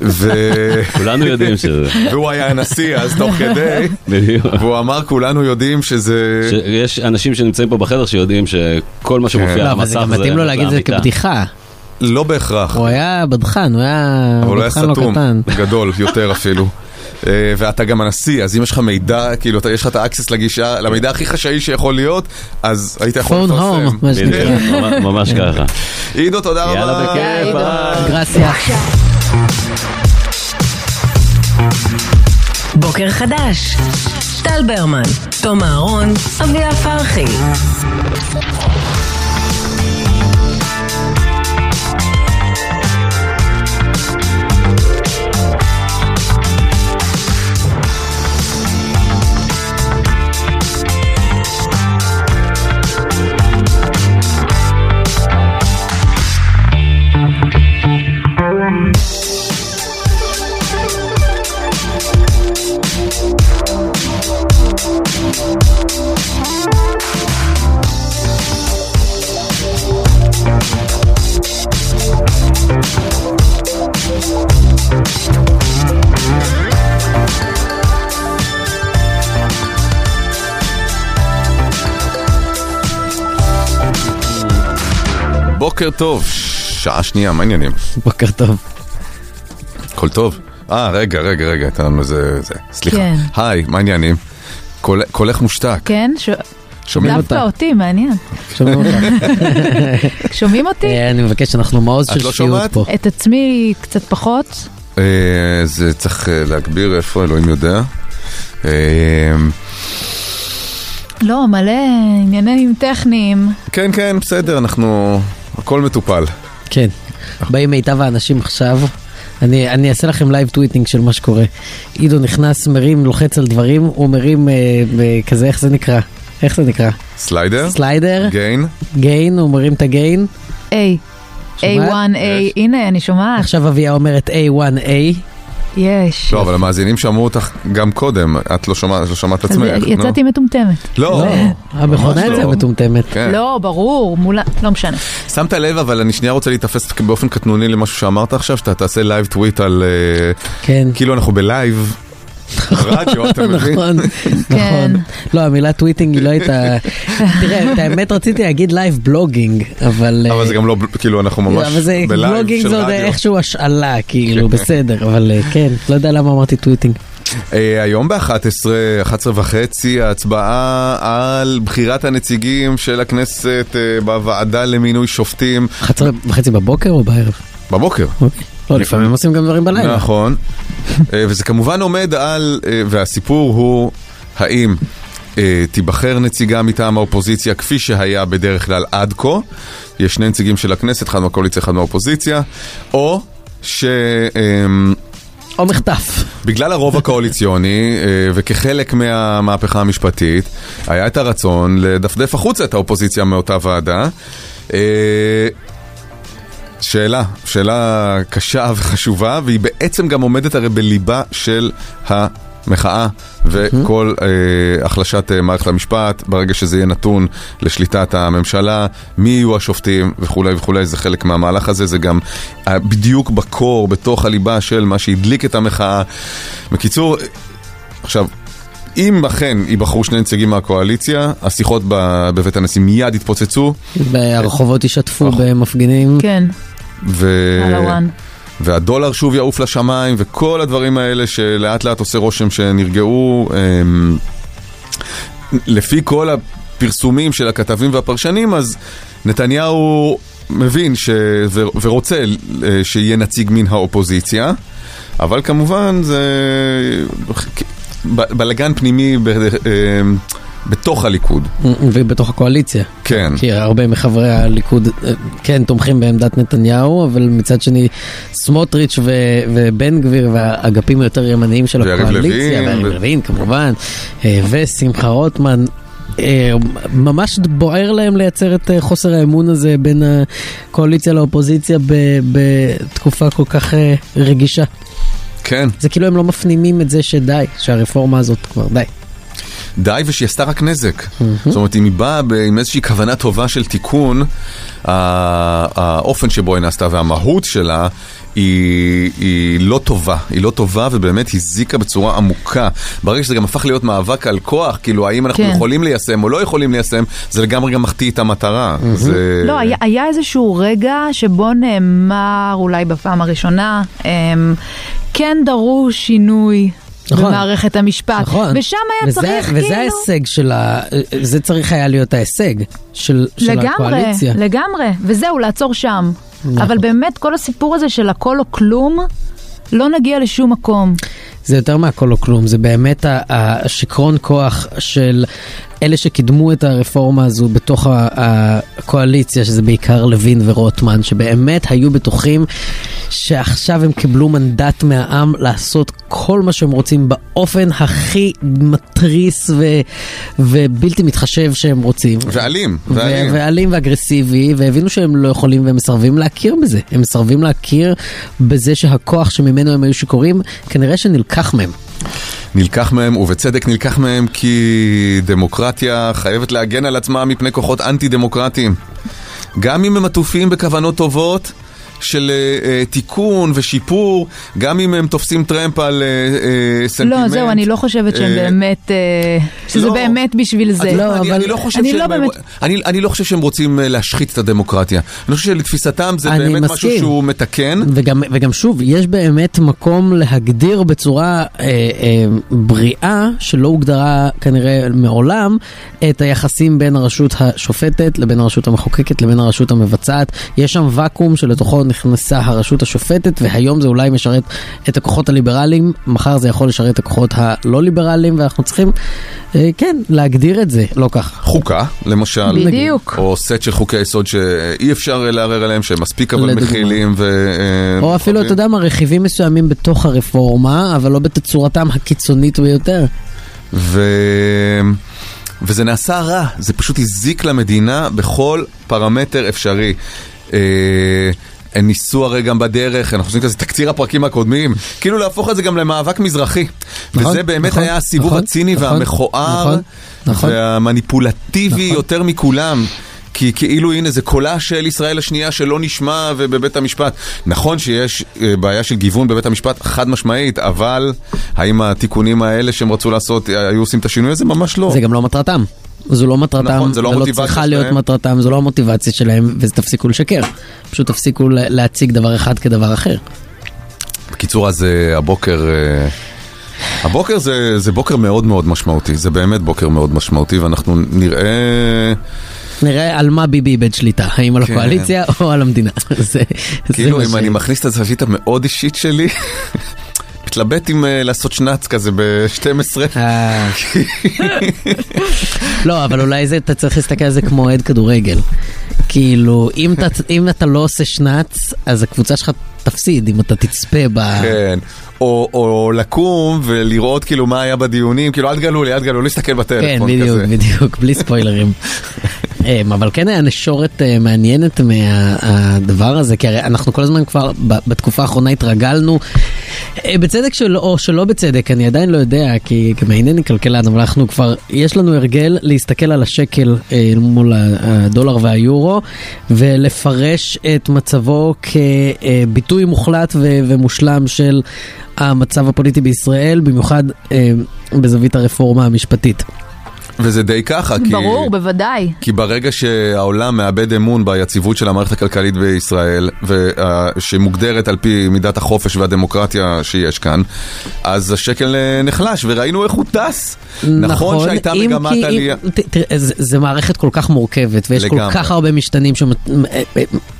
ו- כולנו יודעים שזה. והוא היה הנשיא אז תוך כדי, בדיוק. והוא אמר כולנו יודעים שזה... שיש אנשים שנמצאים פה בחדר שיודעים שכל מה כן. שמופיע לא, על אבל זה המסך גם מתאים לו להגיד את זה אמיתה. כבדיחה. לא בהכרח, הוא היה בדחן, הוא היה אבל הוא היה בדחן לא סתום, קטן. גדול יותר אפילו. אה, ואתה גם הנשיא, אז אם יש לך מידע, כאילו, אתה- יש לך את האקסס לגישה, למידע הכי חשאי שיכול להיות, אז היית יכול Phone לפרסם. home, מה שנקרא. בדיוק. כן, כן. ממש- ממש ככה. עידו, תודה רבה. יאללה, בכיף, ביי. גרסיה. בוקר חדש. טל ברמן, תום אהרון, אביה פרחי. בוקר טוב, שעה שנייה, מה העניינים? בוקר טוב. הכל טוב? אה, רגע, רגע, רגע, אתה לנו זה, זה, סליחה. כן. היי, מה העניינים? קול- קולך מושתק, כן, ש- שומעים? אותה. דווקא אותי, מעניין. שומעים אותך. שומעים אותי? אה, אני מבקש, אנחנו מעוז את של לא שפיות שומעת? פה. את עצמי קצת פחות. כן. אה, זה צריך אה, להגביר איפה, אלוהים יודע. אה, לא, מלא עניינים טכניים. כן, כן, בסדר, אנחנו... הכל מטופל. כן. באים מיטב האנשים עכשיו. אני, אני אעשה לכם לייב טוויטינג של מה שקורה. עידו נכנס, מרים, לוחץ על דברים, הוא מרים אה, ב- כזה, איך זה נקרא? איך זה נקרא? סליידר? סליידר, גיין? גיין, הוא מרים את הגיין. A. שומעת? A1A, הנה, אני שומעת. עכשיו אביה אומרת A1A. יש. לא, אבל המאזינים שמעו אותך גם קודם, את לא שומעת לא שמעת את אז עצמך. נו. יצאתי מטומטמת. לא, המכונה ממש אצלם לא. מטומטמת. כן. לא, ברור, מול... ה- לא משנה. שמת לב, אבל אני שנייה רוצה להיתפס באופן קטנוני למשהו שאמרת עכשיו, שאתה תעשה לייב טוויט על... אה, כן. כאילו אנחנו בלייב. רדיו, אתה מבין? נכון, כן. נכון. לא, המילה טוויטינג היא לא הייתה... תראה, את האמת רציתי להגיד לייב בלוגינג, אבל... אבל אה, זה גם לא, ב- כאילו אנחנו ממש אבל זה בלייב בלוגינג של זה עוד רדיו. איכשהו השאלה, כאילו, בסדר, אבל אה, כן, לא יודע למה אמרתי טוויטינג. אה, היום ב-11, 11 וחצי, ההצבעה על בחירת הנציגים של הכנסת אה, בוועדה למינוי שופטים חצר וחצי בבוקר או בערב? בבוקר. אוקיי. לא, לפעמים עושים גם דברים בלילה. נכון. אה, וזה כמובן עומד על, אה, והסיפור הוא האם אה, תיבחר נציגה מטעם האופוזיציה כפי שהיה בדרך כלל עד כה, יש שני נציגים של הכנסת, אחד מהקואליציה, אחד מהאופוזיציה, או ש... אה, או מחטף. בגלל הרוב הקואליציוני, אה, וכחלק מהמהפכה המשפטית, היה את הרצון לדפדף החוצה את האופוזיציה מאותה ועדה. אה, שאלה, שאלה קשה וחשובה, והיא בעצם גם עומדת הרי בליבה של המחאה וכל אה, החלשת אה, מערכת המשפט, ברגע שזה יהיה נתון לשליטת הממשלה, מי יהיו השופטים וכולי וכולי, זה חלק מהמהלך הזה, זה גם אה, בדיוק בקור, בתוך הליבה של מה שהדליק את המחאה. בקיצור, עכשיו, אם אכן ייבחרו שני נציגים מהקואליציה, השיחות ב- בבית הנשיא מיד יתפוצצו, והרחובות ישתפו נכון. במפגינים. כן, ו... על הוואן. והדולר שוב יעוף לשמיים, וכל הדברים האלה שלאט לאט עושה רושם שנרגעו. אמ, לפי כל הפרסומים של הכתבים והפרשנים, אז נתניהו מבין ש... ו... ורוצה אה, שיהיה נציג מן האופוזיציה, אבל כמובן זה ב- בלגן פנימי ב... אמ, בתוך הליכוד, ובתוך הקואליציה. כן. כי הרבה מחברי הליכוד אה, כן תומכים בעמדת נתניהו, אבל מצד שני סמוטריץ' ו- ובן גביר והאגפים היותר ימניים של ויריב הקואליציה, לוין, ויריב ו- לוין כמובן, אה, ושמחה רוטמן. אה, ממש בוער להם לייצר את אה, חוסר האמון הזה בין הקואליציה לאופוזיציה ב- בתקופה כל כך אה, רגישה. כן. זה כאילו הם לא מפנימים את זה שדי, שהרפורמה הזאת כבר די. די ושהיא עשתה רק נזק. זאת אומרת, אם היא באה ב- עם איזושהי כוונה טובה של תיקון, ה- האופן שבו היא נעשתה והמהות שלה היא, היא לא טובה. היא לא טובה ובאמת הזיקה בצורה עמוקה. ברגע שזה גם הפך להיות מאבק על כוח, כאילו האם אנחנו כן. יכולים ליישם או לא יכולים ליישם, זה לגמרי גם מחטיא את המטרה. אה, זה... לא, היה, היה איזשהו רגע שבו נאמר, אולי בפעם הראשונה, אמ, כן דרוש שינוי נכון. במערכת המשפט. נכון. ושם היה וזה- צריך כאילו... וזה ההישג של ה... זה צריך היה להיות ההישג של של לגמרי, הקואליציה. לגמרי, וזהו, לעצור שם. נכון. אבל באמת, כל הסיפור הזה של הכל או כלום, לא נגיע לשום מקום. לא, זה יותר מהכל או כלום, זה באמת ה- השיכרון כוח של אלה שקידמו את הרפורמה הזו בתוך ה- הקואליציה, שזה בעיקר לוין ורוטמן, שבאמת היו בטוחים שעכשיו הם קיבלו מנדט מהעם לעשות כל מה שהם רוצים באופן הכי מתריס ו- ובלתי מתחשב שהם רוצים. ואלים, ו- ואלים. ואלים ואגרסיבי, והבינו שהם לא יכולים והם מסרבים להכיר בזה. הם מסרבים להכיר בזה שהכוח שממנו הם היו שיכורים, כנראה שנלקח מהם. נלקח מהם, ובצדק נלקח מהם, כי דמוקרטיה חייבת להגן על עצמה מפני כוחות אנטי-דמוקרטיים. גם אם הם עטופים בכוונות טובות של אה, אה, תיקון ושיפור, גם אם הם תופסים טרמפ על אה, אה, סנטימנט. לא, זהו, אני לא חושבת שהם אה, באמת, אה, שזה לא. באמת בשביל זה. את יודעת מה, אני- אני לא חושב אני שהם- לא באמת... אני- אני לא חושב שהם רוצים אה, להשחית את הדמוקרטיה. אני חושב שלתפיסתם זה אני באמת משהו מסכים. שהוא מתקן. וגם, וגם שוב, יש באמת מקום להגדיר בצורה אה, אה, בריאה, שלא הוגדרה כנראה מעולם, את היחסים בין הרשות השופטת לבין הרשות המחוקקת לבין הרשות המבצעת. יש שם ואקום שלתוכו נכנסה הרשות השופטת, והיום זה אולי משרת את הכוחות הליברליים, מחר זה יכול לשרת את הכוחות הלא ליברליים, ואנחנו צריכים, אה, כן, להגדיר את זה, לא ככה. חוקה, למשל. בדיוק. או סט של חוקי יסוד שאי אפשר אה, לערער עליהם, שהם מספיק אבל לדוגמה. מכילים ו... אה, או אפילו, אתה יודע מה, רכיבים מסוימים בתוך הרפורמה, אבל לא בתצורתם הקיצונית ביותר. ו... וזה נעשה רע, זה פשוט הזיק למדינה בכל פרמטר אפשרי. אה, הם ניסו הרי גם בדרך, אנחנו עושים כזה תקציר הפרקים הקודמים, כאילו להפוך את זה גם למאבק מזרחי. נכון, וזה באמת נכון, היה הסיבוב נכון, הציני נכון, והמכוער, נכון, נכון. והמניפולטיבי יותר מכולם. כי כאילו הנה זה קולה של ישראל השנייה שלא נשמע ובבית המשפט. נכון שיש אה, בעיה של גיוון בבית המשפט חד משמעית, אבל האם התיקונים האלה שהם רצו לעשות אה, היו עושים את השינוי הזה? ממש לא. זה גם לא מטרתם. זו לא מטרתם, נכון, זה לא ולא המוטיבציה צריכה להיות שלהם. מטרתם, זו לא המוטיבציה שלהם, וזה תפסיקו לשקר. פשוט תפסיקו ל- להציג דבר אחד כדבר אחר. בקיצור, אז אה, הבוקר... אה, הבוקר זה, זה בוקר מאוד מאוד משמעותי, זה באמת בוקר מאוד משמעותי, ואנחנו נראה... נראה על מה ביבי איבד שליטה, האם על כן. הקואליציה או על המדינה. זה- זה כאילו, מה אם ש- אני מכניס את הזווית המאוד אישית שלי, מתלבט אם אה, לעשות שנץ כזה ב-12. אה. לא, אבל אולי זה, אתה צריך להסתכל על זה כמו אוהד כדורגל. כאילו, אם אתה- אם אתה לא עושה שנץ, אז הקבוצה שלך תפסיד, אם אתה תצפה ב... כן, או, או לקום ולראות כאילו מה היה בדיונים, כאילו אל תגלו לי, אל תגלו לי, להסתכל כן, בטלפון בדיוק, כזה. בדיוק, בלי ספוילרים. אמ, אבל כן היה נשורת אה, מעניינת מהדבר הזה, כי הרי אנחנו כל הזמן כבר ב- בתקופה האחרונה התרגלנו, אה, בצדק שלא, או שלא בצדק, אני עדיין לא יודע, כי גם אינני כלכלן, אבל אנחנו כבר, יש לנו הרגל להסתכל על השקל אה, מול ה- הדולר והיורו, ולפרש את מצבו כביטוי מוחלט ו- ומושלם של המצב הפוליטי בישראל, במיוחד אה, בזווית הרפורמה המשפטית. וזה די ככה, כי... ברור, בוודאי. כי ברגע שהעולם מאבד אמון ביציבות של המערכת הכלכלית בישראל, וה- שמוגדרת על פי מידת החופש והדמוקרטיה שיש כאן, אז השקל אה, נחלש, וראינו איך הוא טס. נכון שהייתה אם מגמת כי- עלייה. אם- ת- תראה, זה- זה מערכת כל כך מורכבת, ויש כל לגמרי. כך הרבה משתנים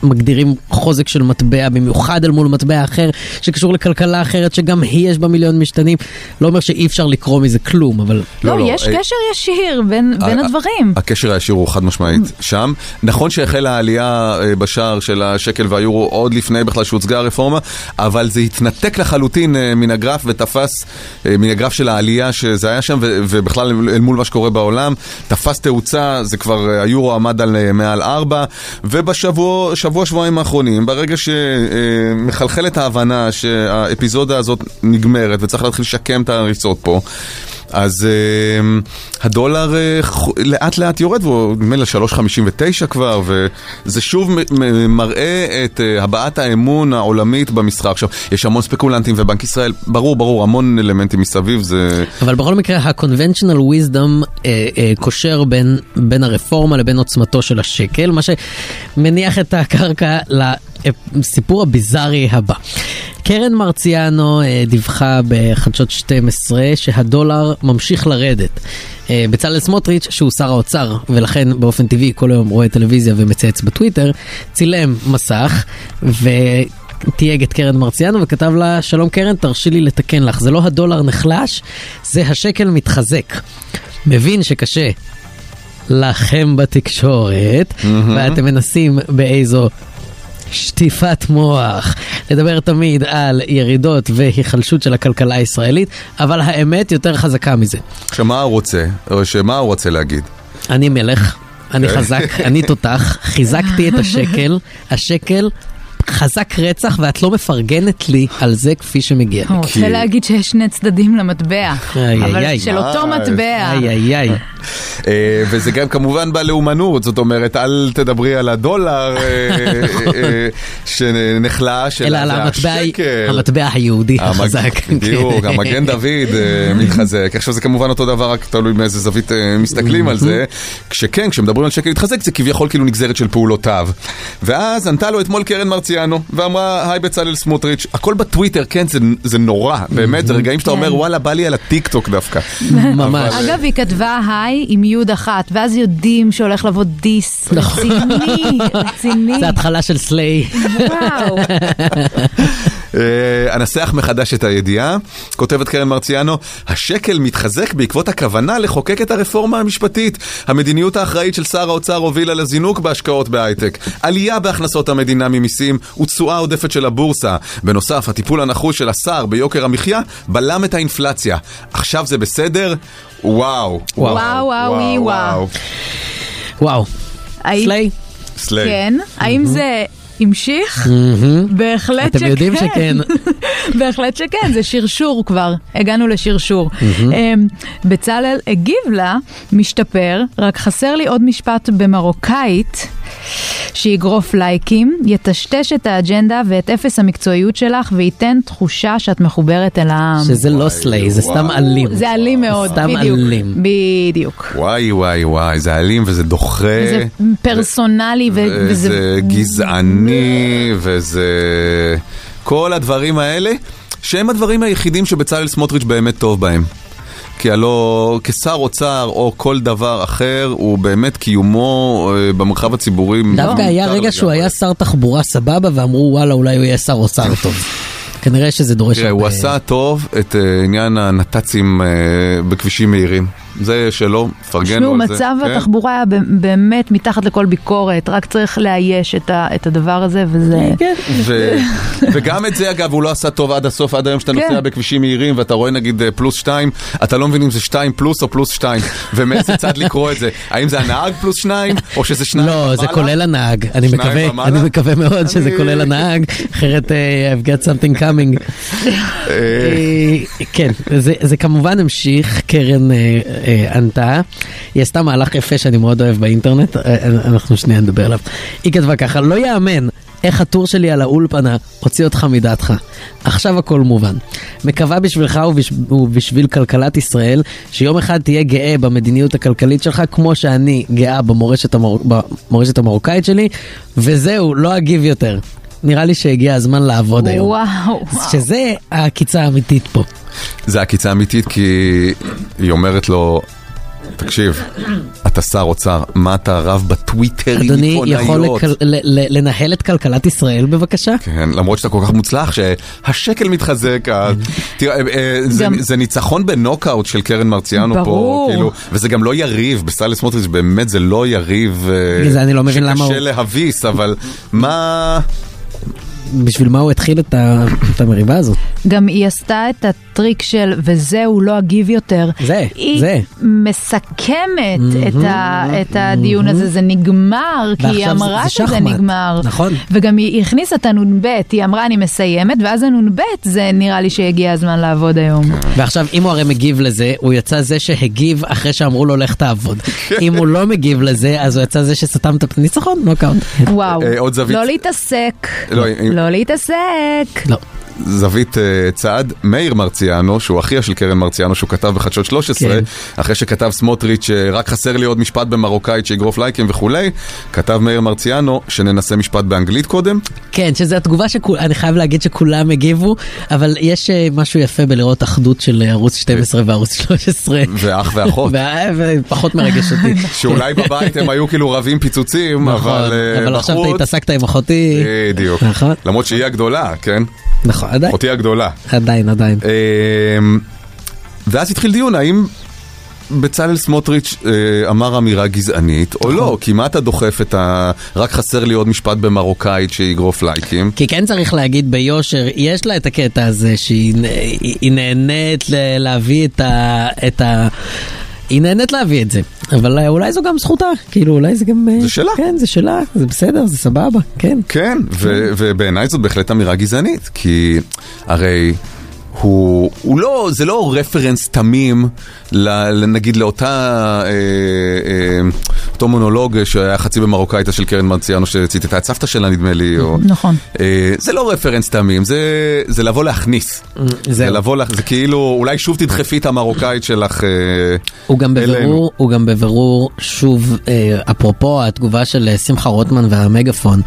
שמגדירים אה, חוזק של מטבע, במיוחד אל מול מטבע אחר, שקשור לכלכלה אחרת, שגם היא יש בה מיליון משתנים. לא אומר שאי אפשר לקרוא מזה כלום, אבל... לא, יש אה, קשר ישיר בין בין אה, הדברים. הקשר הישיר הוא חד משמעית שם. נכון שהחלה העלייה אה, בשער של השקל והיורו עוד לפני בכלל שהוצגה הרפורמה, אבל זה התנתק לחלוטין אה, מן הגרף ותפס, אה, מן הגרף של העלייה שזה היה שם, ו- ובכלל אל- אל מול מה שקורה בעולם, תפס תאוצה, זה כבר, אה, היורו עמד על אה, מעל ארבע, ובשבוע, שבוע, שבועיים האחרונים, ברגע שמחלחלת ההבנה שהאפיזודה הזאת נגמרת וצריך להתחיל לשקם את ההריסות פה, אז אה, הדולר אה, ח- לאט לאט יורד, והוא נדמה לי ל-3.59 כבר, וזה שוב מ- מ- מראה את אה, הבעת האמון העולמית במשחק. עכשיו, יש המון ספקולנטים ובנק ישראל, ברור, ברור, המון אלמנטים מסביב, זה... אבל בכל מקרה, ה-conventional wisdom אה, אה, קושר בין, בין הרפורמה לבין עוצמתו של השקל, מה שמניח את הקרקע ל... לסיפור הביזארי הבא. קרן מרציאנו אה, דיווחה בחדשות 12 שהדולר ממשיך לרדת. אה, בצלאל סמוטריץ', שהוא שר האוצר, ולכן באופן טבעי כל היום רואה טלוויזיה ומצייץ בטוויטר, צילם מסך, ו... תייג את קרן מרציאנו וכתב לה, שלום קרן, תרשי לי לתקן לך, זה לא הדולר נחלש, זה השקל מתחזק. מבין שקשה לכם בתקשורת, מהמם. ואתם מנסים באיזו שטיפת מוח. נדבר תמיד על ירידות והיחלשות של הכלכלה הישראלית, אבל האמת יותר חזקה מזה. עכשיו, מה הוא רוצה? או שמה הוא רוצה להגיד? אני מלך, אני כן. חזק, אני תותח, חיזקתי את השקל, השקל חזק רצח ואת לא מפרגנת לי על זה כפי שמגיע לי. הוא רוצה להגיד שיש שני צדדים למטבע, איי, אבל איי, אה, של אותו איי. מטבע. איי איי איי. אה, וזה גם כמובן בלאומנות, זאת אומרת, אל תדברי על הדולר אה, אה, שנחלש, אלא על זה המטבע, השקל. המטבע היהודי המג- החזק. בדיוק, כן. המגן דוד אה, מתחזק. עכשיו זה כמובן אותו דבר, רק תלוי מאיזה זווית אה, מסתכלים על זה. כשכן, כשמדברים על שקל התחזק, זה כביכול כאילו נגזרת של פעולותיו. ואז ענתה לו אתמול קרן מרציאנו, ואמרה, היי בצלאל סמוטריץ', הכל בטוויטר, כן, זה- זה נורא, באמת, זה רגעים שאתה אומר, וואלה, בא לי על הטיקטוק דווקא. כן. אה, ממש. אגב, היא כתבה היי עם יוד אחת, ואז יודעים שהולך לבוא דיס. נכון. רציני, רציני. זה התחלה של סליי. וואו. אה, אנסח מחדש את הידיעה, כותבת קרן מרציאנו, השקל מתחזק בעקבות הכוונה לחוקק את הרפורמה המשפטית. המדיניות האחראית של שר האוצר הובילה לזינוק בהשקעות בהייטק, עלייה בהכנסות המדינה ממיסים ותשואה עודפת של הבורסה. בנוסף, הטיפול הנחוש של השר ביוקר המחיה בלם את האינפלציה. עכשיו זה בסדר? וואו. וואו, וואו, וואי, וואו. וואו. האם- סליי. סליי. כן. האם זה המשיך? בהחלט שכן. אתם יודעים שכן. בהחלט שכן, זה שרשור כבר, הגענו לשרשור. מהמם. אמ, בצלאל הגיב לה, משתפר, רק חסר לי עוד משפט במרוקאית שיגרוף לייקים, יטשטש את האג'נדה ואת אפס המקצועיות שלך וייתן תחושה שאת מחוברת אל העם. שזה לא סליי, זה סתם אלים. זה אלים מאוד, סתם בדיוק. אלים. בדיוק. וואי וואי וואי, זה אלים וזה דוחה. זה פרסונלי ו- אה, וזה... וזה גזעני, וזה... כל הדברים האלה, שהם הדברים היחידים שבצלאל סמוטריץ' באמת טוב בהם. כי הלא כשר אוצר או כל דבר אחר, הוא באמת קיומו אה, במרחב הציבורי. כן, דווקא מיותר היה רגע שהוא היה שר תחבורה סבבה ואמרו וואלה אולי הוא יהיה שר אוצר טוב. כנראה שזה דורש... תראה, הוא הרבה- עשה טוב את אה, עניין הנת"צים אה, בכבישים מהירים. זה שלו, פרגן לו תשמעו, על זה. מצב כן. התחבורה היה ב- באמת מתחת לכל ביקורת, רק צריך לאייש את ה- את הדבר הזה, וזה... כן. ו- וגם את זה אגב הוא לא עשה טוב עד הסוף, עד היום שאתה נוסע כן. בכבישים מהירים ואתה רואה נגיד אה, פלוס שתיים, אתה לא מבין אם זה שתיים פלוס או פלוס שתיים, ומאיזה צד לקרוא את זה, האם זה הנהג פלוס שניים, או שזה שניים לא, זה כולל הנהג, אני שניים מקווה, ומעלה? אני מקווה מאוד שזה אני- כולל הנהג, אחרת אה, I've got something coming. אה, כן, זה- זה כמובן המשיך, קרן אה, אה, ענתה, היא עשתה מהלך יפה שאני מאוד אוהב באינטרנט, אה, אה, אנחנו שנייה נדבר עליו. היא כתבה ככה, לא יאמן. איך הטור שלי על האולפנה הוציא אותך מדעתך. עכשיו הכל מובן. מקווה בשבילך ובש- ובשביל כלכלת ישראל, שיום אחד תהיה גאה במדיניות הכלכלית שלך, כמו שאני גאה במורשת, המור... במורשת המרוקאית שלי, וזהו, לא אגיב יותר. נראה לי שהגיע הזמן לעבוד היום. וואו. שזה העקיצה האמיתית פה. זה עקיצה אמיתית כי היא אומרת לו, תקשיב, אתה שר אוצר, מה אתה רב בטוויטר עם אדוני יכול עיתונאיות? לכל- ל- ל- לנהל את כלכלת ישראל בבקשה? כן, למרות שאתה כל כך מוצלח שהשקל מתחזק, ה- תראה, אה, אה, זה- כן. גם- זה ניצחון בנוקאוט של קרן מרציאנו פה, ברור. כאילו, וזה גם לא יריב, בסטלס סמוטריץ' באמת זה לא יריב, אה, בגלל זה אני לא מבין למה שקשה הוא- להביס, אבל מה... בשביל מה הוא התחיל את ה- את המריבה הזאת? גם היא עשתה את הטריק של וזהו, לא אגיב יותר. זה, היא זה. מסכמת את, ה, מהמם, את הדיון הזה, זה נגמר, כי היא ועכשיו זה- אמרה זה שזה שחמט. נגמר. נכון. וגם היא הכניסה את הנ"ב, היא אמרה אני מסיימת, ואז הנ"ב זה נראה לי שהגיע הזמן לעבוד היום. ועכשיו, אם הוא הרי מגיב לזה, הוא יצא זה שהגיב אחרי שאמרו לו לך תעבוד. אם הוא לא מגיב לזה, אז הוא יצא זה שסתם את הפ- ניצחון, נוקאוט. וואו. אה, עוד זווית. לא להתעסק. לא, אם- לא להתעסק. לא. זווית אה, צעד, מאיר מרציאנו, שהוא אחיה של קרן מרציאנו, שהוא כתב בחדשות 13, כן. אחרי שכתב סמוטריץ', אה, רק חסר לי עוד משפט במרוקאית שיגרוף לייקים וכולי, כתב מאיר מרציאנו, שננסה משפט באנגלית קודם. כן, שזו התגובה שאני חייב להגיד שכולם הגיבו, אבל יש אה, משהו יפה בלראות אחדות של אה, ערוץ 12 וערוץ 13. ואח ואחות. וה- ופחות מרגש אותי. כן. שאולי בבית הם היו כאילו רבים פיצוצים, נכון, אבל אה, אבל עכשיו אתה בחוץ- אה. התעסקת עם אחותי. בדיוק. נכון. למרות שהיא הגדולה, כן? נכון, עדיין, אחותי הגדולה. עדיין, עדיין. אמ, ואז התחיל דיון, האם בצלאל סמוטריץ' אה, אמר אמירה גזענית או נכון. לא? כי מה אתה דוחף את ה... רק חסר לי עוד משפט במרוקאית שיגרוף לייקים. כי כן צריך להגיד ביושר, יש לה את הקטע הזה שהיא נ- היא- היא נהנית ל- להביא את ה... את ה... היא נהנית להביא את זה, אבל אה, אולי זו גם זכותה, כאילו אולי זה גם... אה, זה שלה. כן, זה שלה, זה בסדר, זה סבבה, כן. כן, ו- ובעיניי זאת בהחלט אמירה גזענית, כי הרי... הוא, הוא לא, זה לא רפרנס תמים, ל- ל- נגיד לאותה, אה, אה, אותו מונולוג שהיה חצי במרוקאית של קרן מרציאנו שציטטה את סבתא שלה נדמה לי, או, נכון. אה, זה לא רפרנס תמים, זה, זה לבוא להכניס. זה אה, זהו. לבוא לך, זה כאילו, אולי שוב תדחפי את המרוקאית שלך. אה, הוא גם אלינו. בבירור, הוא גם בבירור, שוב, אה, אפרופו התגובה של אה, שמחה רוטמן והמגפון,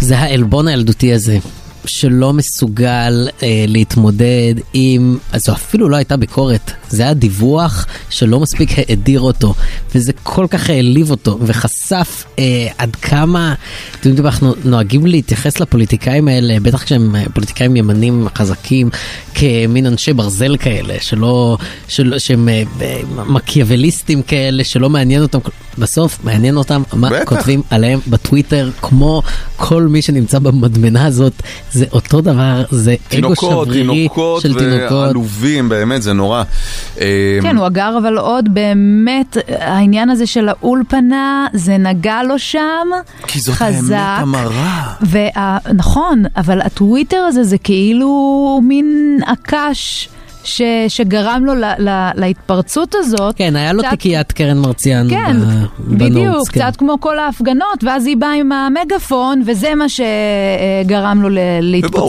זה העלבון הילדותי הזה, שלא מסוגל אה, להתמודד עם, אז זו אפילו לא הייתה ביקורת, זה היה דיווח שלא מספיק האדיר אותו, וזה כל כך העליב אותו, וחשף אה, עד כמה, אתם יודעים, אנחנו נוהגים להתייחס לפוליטיקאים האלה, בטח כשהם אה, פוליטיקאים ימנים חזקים, כמין אנשי ברזל כאלה, שלא, שלא שהם אה, אה, מקיאווליסטים כאלה, שלא מעניין אותם, בסוף מעניין אותם מה בטח. כותבים עליהם בטוויטר, כמו כל מי שנמצא במדמנה הזאת, זה אותו דבר, זה אגו תינוקות, שברירי תינוקות של תינוקות. ועלובים, באמת, זה נורא. אה, כן, הוא אגר אבל עוד באמת, העניין הזה של האולפנה, זה נגע לו שם, כי זאת חזק. האמת המרה. וה... נכון, אבל הטוויטר הזה זה כאילו מין הקש ש... שגרם לו ל... ל... להתפרצות הזאת. כן, היה לו קצת- תיקיית קרן מרציאן כן, ב- בדיוק, בנוטס, כן. קצת כמו כל ההפגנות, ואז היא באה עם המגפון, וזה מה שגרם לו ל- ובואו,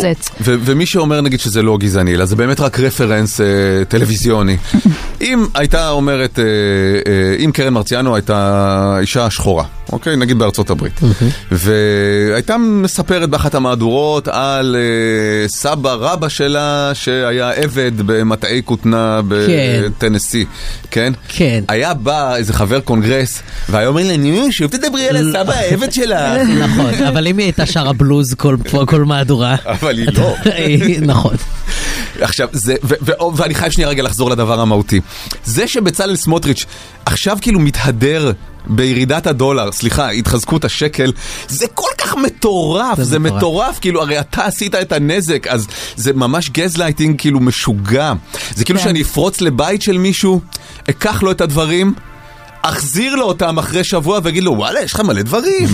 להתפוצץ. ו- ומי שאומר נגיד שזה לא גזעני, אלא זה באמת רק רפרנס אה, טלוויזיוני. אם הייתה אומרת, אה, אה, אם קרן מרציאנו הייתה אישה שחורה, אוקיי? נגיד בארצות הברית. והייתה מספרת באחת המהדורות על אה, סבא רבא שלה שהיה עבד במטעי כותנה כן. בטנסי, כן? כן. היה בא איזה חבר קונגרס, והיה אומר לה, נו, שוב תדברי על הסבא העבד שלך. נכון, אבל אם היא הייתה שרה בלוז כל- כל מהדורה. אבל היא לא. נכון. עכשיו, זה, ו, ו, ו, ואני חייב שנייה רגע לחזור לדבר המהותי. זה שבצלאל סמוטריץ' עכשיו כאילו מתהדר בירידת הדולר, סליחה, התחזקות השקל, זה כל כך מטורף, זה, זה זה מטורף. מטורף. מטורף, כאילו הרי אתה עשית את הנזק, אז זה ממש גזלייטינג כאילו משוגע. זה כאילו כן. שאני אפרוץ לבית של מישהו, אקח לו את הדברים. אחזיר לו אותם אחרי שבוע ואגיד לו וואלה יש לך מלא דברים.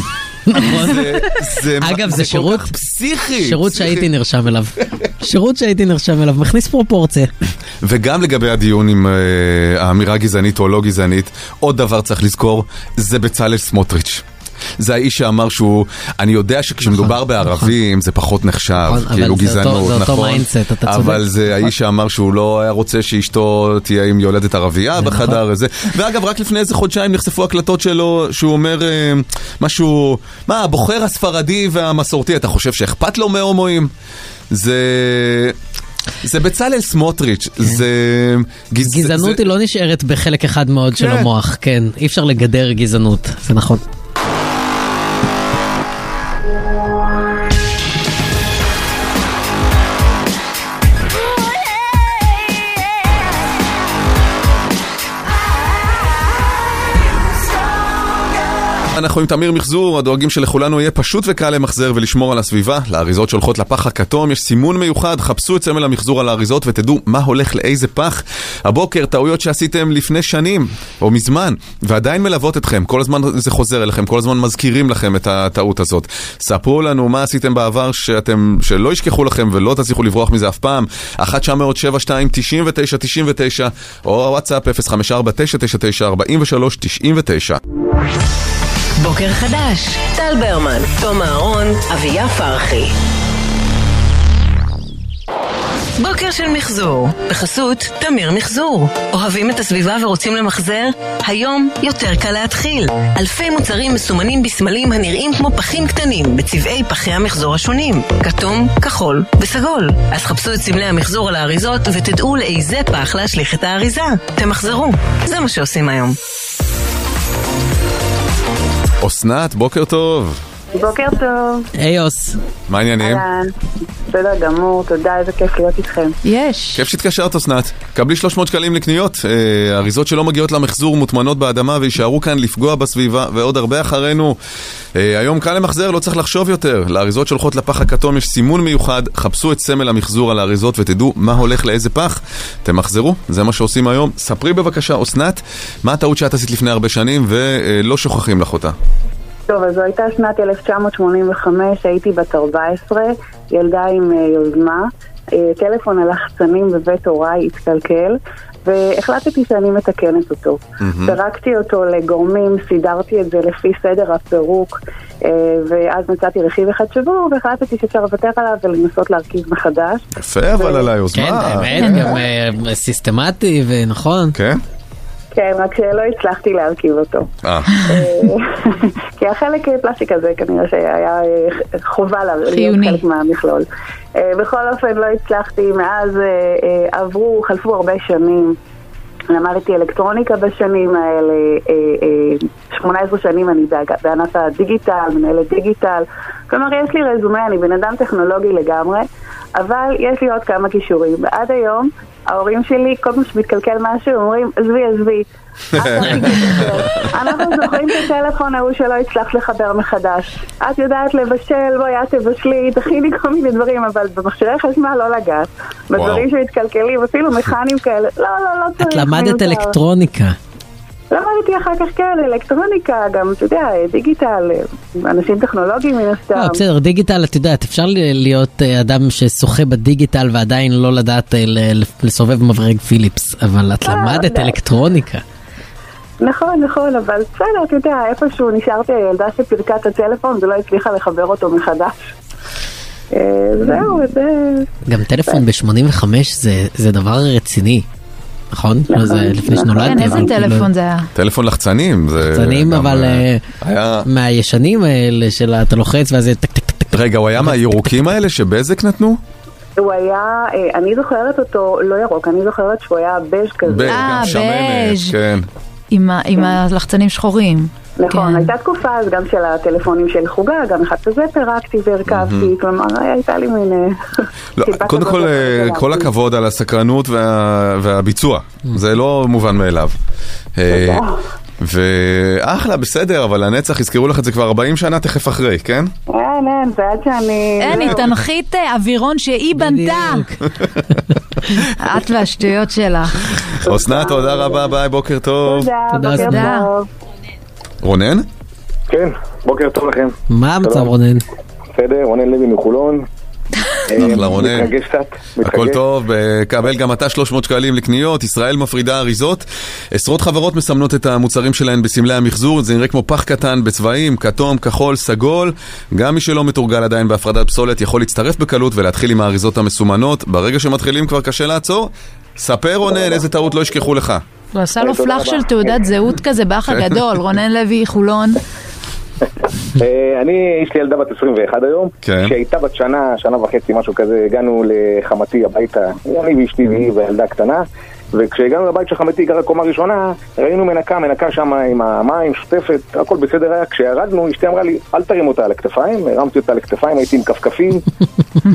זה- זה- אגב, זה כל שירות- כך פסיכי. שירות פסיכי. שהייתי נרשם אליו. שירות שהייתי נרשם אליו, מכניס פרופורציה. וגם לגבי הדיון עם אה, האמירה גזענית או לא גזענית, עוד דבר צריך לזכור, זה בצלאל סמוטריץ'. זה האיש שאמר שהוא, אני יודע שכשמדובר נכון, בערבים זה פחות נחשב, נכון, אבל כאילו זה אותו- גזענות, זה אותו נכון? מיינדסט, אתה צודק. אבל זה האיש שאמר שהוא לא היה רוצה שאשתו תהיה עם יולדת ערבייה בחדר הזה. ואגב, רק לפני איזה חודשיים נחשפו הקלטות שלו, שהוא אומר אה, משהו, מה, הבוחר הספרדי והמסורתי, אתה חושב שאכפת לו מהומואים? זה... זה בצלאל סמוטריץ', זה... גז- גזענות זה- היא לא נשארת בחלק אחד מאוד של כן. המוח, כן. אי אפשר לגדר גזענות, זה נכון. אנחנו עם תמיר מחזור, הדואגים שלכולנו יהיה פשוט וקל למחזר ולשמור על הסביבה. לאריזות שהולכות לפח הכתום יש סימון מיוחד, חפשו את סמל המחזור על האריזות ותדעו מה הולך לאיזה פח. הבוקר, טעויות שעשיתם לפני שנים, או מזמן, ועדיין מלוות אתכם, כל הזמן זה חוזר אליכם, כל הזמן מזכירים לכם את הטעות הזאת. ספרו לנו מה עשיתם בעבר שאתם, שלא ישכחו לכם ולא תצליחו לברוח מזה אף פעם. 1 907 2 99 99 או הוואטסאפ 054 999 43 99 בוקר חדש, טל ברמן, תום אהרון, אביה פרחי. בוקר של מחזור, בחסות תמיר מחזור. אוהבים את הסביבה ורוצים למחזר? היום יותר קל להתחיל. אלפי מוצרים מסומנים בסמלים הנראים כמו פחים קטנים בצבעי פחי המחזור השונים, כתום, כחול וסגול. אז חפשו את סמלי המחזור על האריזות ותדעו לאיזה פח להשליך את האריזה. תמחזרו, זה מה שעושים היום. אסנת, בוקר טוב. בוקר טוב. היוס. מה העניינים? אהלן. בסדר גמור, תודה, איזה כיף להיות איתכם. יש. כיף שהתקשרת, אסנת. קבלי 300 שקלים לקניות. אה, אריזות שלא מגיעות למחזור מוטמנות באדמה ויישארו כאן לפגוע בסביבה, ועוד הרבה אחרינו. אה, היום קל למחזר, לא צריך לחשוב יותר. לאריזות שהולכות לפח הכתום יש סימון מיוחד. חפשו את סמל המחזור על האריזות ותדעו מה הולך לאיזה פח. תמחזרו, זה מה שעושים היום. ספרי בבקשה, אסנת, מה הטעות שאת עשית לפני הרבה שנים ולא שוכחים לך אותה. טוב, אז זו הייתה שנת 1985, הייתי בת 14, ילדה עם אה, יוזמה. אה, טלפון הלחצנים בבית הוריי התקלקל, והחלטתי שאני מתקנת אותו. מהמם. פירקתי אותו לגורמים, סידרתי את זה לפי סדר הפירוק, אה, ואז מצאתי רכיב אחד שבור, והחלטתי שאפשר לוותר עליו ולנסות להרכיב מחדש. יפה אבל על היוזמה. כן, האמת, גם אה, סיסטמטי ונכון. כן? כן, רק שלא הצלחתי להרכיב אותו. אה. כי החלק אה, פלסטיק הזה כנראה שהיה אה, חובה לה- להיות חיוני. חלק מהמכלול. אה, בכל אופן לא הצלחתי, מאז אה, אה, עברו, חלפו הרבה שנים. למדתי אלקטרוניקה בשנים האלה, אה, אה, 18 שנים אני באג- בענף הדיגיטל, מנהלת דיגיטל. כלומר, יש לי רזומה, אני בן אדם טכנולוגי לגמרי, אבל יש לי עוד כמה כישורים. ועד היום, ההורים שלי, כל פעם שמתקלקל משהו, אומרים, עזבי, עזבי. אנחנו זוכרים את הטלפון ההוא שלא הצלחת לחבר מחדש. את יודעת לבשל, בואי את תבשלי, תכיני כל מיני דברים, אבל במכשירי חשמל לא לגעת. בדברים שמתקלקלים, אפילו מכניים כאלה, לא, לא, לא צריך. את למדת מיותר. אלקטרוניקה. למדתי אחר כך, כן, אלקטרוניקה, גם, אתה יודע, דיגיטל, אנשים טכנולוגיים מן הסתם. לא, בסדר, דיגיטל, את יודעת, אפשר ל- להיות אה, אדם ששוחה בדיגיטל ועדיין לא לדעת אה, ל- לסובב מברג פיליפס, אבל את למדת לא. אלקטרוניקה. נכון, נכון, אבל בסדר, אתה יודע, איפשהו נשארתי הילדה שפירקה את הטלפון ולא הצליחה לחבר אותו מחדש. אה, Mm. זהו, כן. זה... גם טלפון ב-85 זה- זה דבר רציני, נכון? לא, זה לפני שנולדתי. כן, איזה אבל כאילו- טלפון זה היה? טלפון לחצנים. זה קטנים, גם, אבל אה, היה... מהישנים האלה של אתה לוחץ ואז זה טק טק טק. רגע, הוא היה מהירוקים האלה שבזק נתנו? הוא היה, אה, אני זוכרת אותו לא ירוק, אני זוכרת שהוא היה אה, בז' ב- כזה. גם שמנת, בז'. כן. עם ה- עם הלחצנים שחורים. כן. נכון, הייתה תקופה אז גם של הטלפונים של חוגה, גם אחד כזה פירקתי והרכבתי, כלומר הייתה לי מין... אה, לא, סיבה קודם כזאת כל, אה, להרכיב. כל הכבוד על הסקרנות וה- והביצוע. זה לא מובן מאליו. אה, ואחלה, בסדר, אבל הנצח יזכרו לך את זה כבר 40 שנה תכף אחרי, כן? אה, אין, אין, זה עד שאני... אין, היא תנחית אה, אווירון שהיא בנתה. את והשטויות שלך. אסנת, תודה רבה, ביי, בוקר טוב. תודה, בוקר תודה. רונן? כן, בוקר טוב לכם. מה המצב לא. רונן? בסדר, רונן לוי מחולון. אה, אחלה, רונן. מתרגש קצת. הכל טוב, קבל גם אתה 300 שקלים לקניות, ישראל מפרידה אריזות. עשרות חברות מסמנות את המוצרים שלהן בסמלי המחזור, זה נראה כמו פח קטן בצבעים, כתום, כחול, סגול. גם מי שלא מתורגל עדיין בהפרדת פסולת יכול להצטרף בקלות ולהתחיל עם האריזות המסומנות. ברגע שמתחילים כבר קשה לעצור. ספר רונן איזה טעות לא ישכחו לך. הוא עשה לו תודה פלאח רבה. של תעודת זהות כזה באח כן. הגדול, רונן לוי חולון. אה, אני, יש לי ילדה בת 21 היום. כן. שהייתה בת שנה, שנה וחצי, משהו כזה, הגענו לחמתי הביתה, אני ואשתי והיא והילדה הקטנה. וכשהגענו לבית של חמתי, גרה קומה ראשונה, ראינו מנקה, מנקה שם עם המים, שוטפת, הכל בסדר היה. כשירדנו, אשתי אמרה לי, אל תרים אותה על הכתפיים, הרמתי אותה על הכתפיים, הייתי עם כפכפים.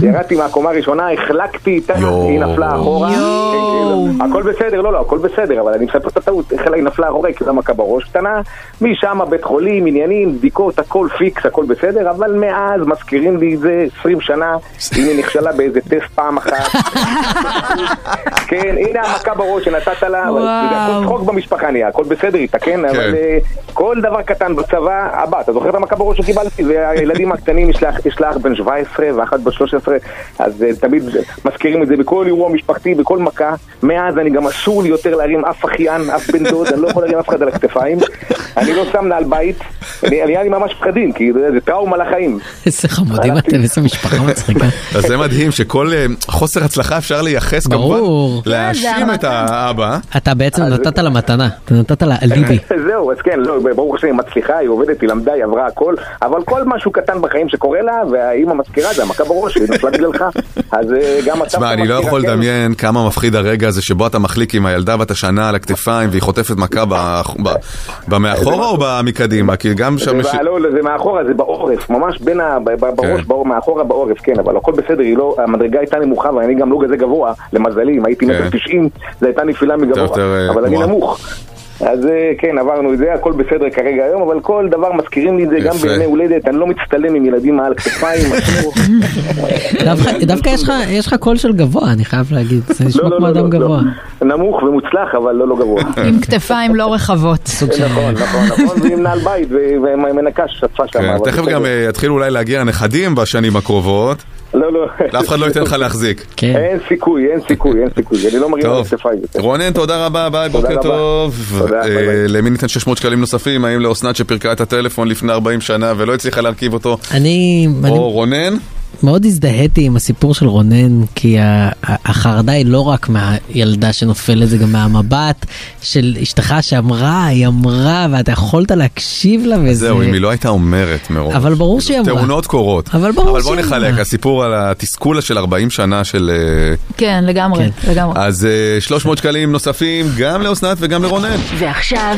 ירדתי מהקומה הראשונה, החלקתי איתה, היא נפלה אחורה. כן, כן, הכל בסדר, לא, לא, הכל בסדר, אבל אני מספר את הטעות, החלה, היא נפלה אחורה, היא קיבלה מכה בראש קטנה. משם בית חולים, עניינים, בדיקות, הכל פיקס, הכל בסדר, אבל מאז מזכירים לי את זה 20 שנה, הנה נכשלה באיזה טסט פעם אחת. כן, הנה המכה בראש שנתת לה, אבל אתה יודע, הכל צחוק במשפחה נהיה, הכל בסדר איתה, כן? אבל אה, כל דבר קטן בצבא, הבא, אתה זוכר את המכה בראש שקיבלתי? והילדים הקטנים, יש לך- יש לך בן 17 ואחת בת 13, אז אה, תמיד מזכירים את זה בכל אירוע משפחתי, בכל מכה. מאז אני גם אסור לי יותר להרים אף אחיין, אף בן דוד, אני לא יכול להרים אף אחד על הכתפיים. אני לא שם נעל בית, אני- אני- היה לי ממש פחדים, כי זה זה טראומה לחיים. איזה חמודים אתם, איזה משפחה מצחיקה. אז זה מדהים שכל אה, חוסר הצלחה אפשר לייחס כמובן, ברור. להאשים את האבא. אתה בעצם אה, נתת לה מתנה, אתה נתת לה אליבי. זהו, אז כן, לא, ברוך השם, היא מצליחה, היא עובדת, היא למדה, היא עברה הכל, אבל כל משהו קטן בחיים שקורה לה, והאימא מזכירה, זה המכה בראש, היא נפלה בגללך. אז אה, גם אתה... תשמע, אני לא יכול לדמיין כמה מפחיד הרגע הזה שבו אתה מחליק עם הילדה בת השנה על הכתפיים והיא חוטפת מכה ב- ב- במאחורה או במקדימה? כי גם שם... זה יש- בא- לא, לא, זה מאחורה, זה בעורף, ממש בין ה... ב- ב- בראש, כן. באור- מאחורה בעורף, כן, אבל הכל בסדר, היא לא... המדרגה הייתה נמוכה, ואני גם לא כזה גבוה, למזלי, אם הייתי כן. מטר תשעים, זו הייתה נפילה יותר, מגבוה, אה, אבל אני גבוהה. נמוך. אז אה, כן, עברנו את זה, הכל בסדר כרגע היום, אבל כל דבר מזכירים לי את זה גם יפה. בימי הולדת, אני לא מצטלם עם ילדים על כתפיים, אסור. דווקא- דווקא יש לך- יש לך קול של גבוה, אני חייב להגיד. זה נשמע לא, לא, כמו לא, אדם לא, גבוה. כן. לא. נמוך ומוצלח, אבל לא לא גבוה. עם כתפיים לא רחבות. נכון, נכון, נכון, ועם נעל בית ו- ומנקה ששטפה שם. כן, אבל תכף בסדר. גם אה, יתחילו אולי להגיע נכדים בשנים הקרובות, לא, לא. אה, לאף אחד לא ייתן לך להחזיק. כן. אין סיכוי, אין סיכוי, אין סיכוי, אני לא מרים על טוב, הכתפיים. יותר. רונן, תודה רבה, ביי, תודה בוקר רבה. טוב. תודה, אה, ביי, ביי. למי ניתן 600 שקלים נוספים? האם לאסנת שפירקה את הטלפון לפני 40 שנה ולא הצליחה להרכיב אותו? אני אני או רונן? מאוד הזדהיתי עם הסיפור של רונן, כי ה- ה- החרדה היא לא רק מהילדה שנופלת, זה גם מהמבט של אשתך שאמרה, היא אמרה, ואתה יכולת להקשיב לה וזה... זהו, אם היא לא הייתה אומרת מראש. אבל ברור שהיא אמרה. תאונות קורות. אבל ברור אבל בוא שהיא נחלק, אמרה. הסיפור על התסכול של 40 שנה של... אה, כן, לגמרי, לגמרי. אז אה, 300 שקלים נוספים גם לאסנת וגם לרונן. ועכשיו,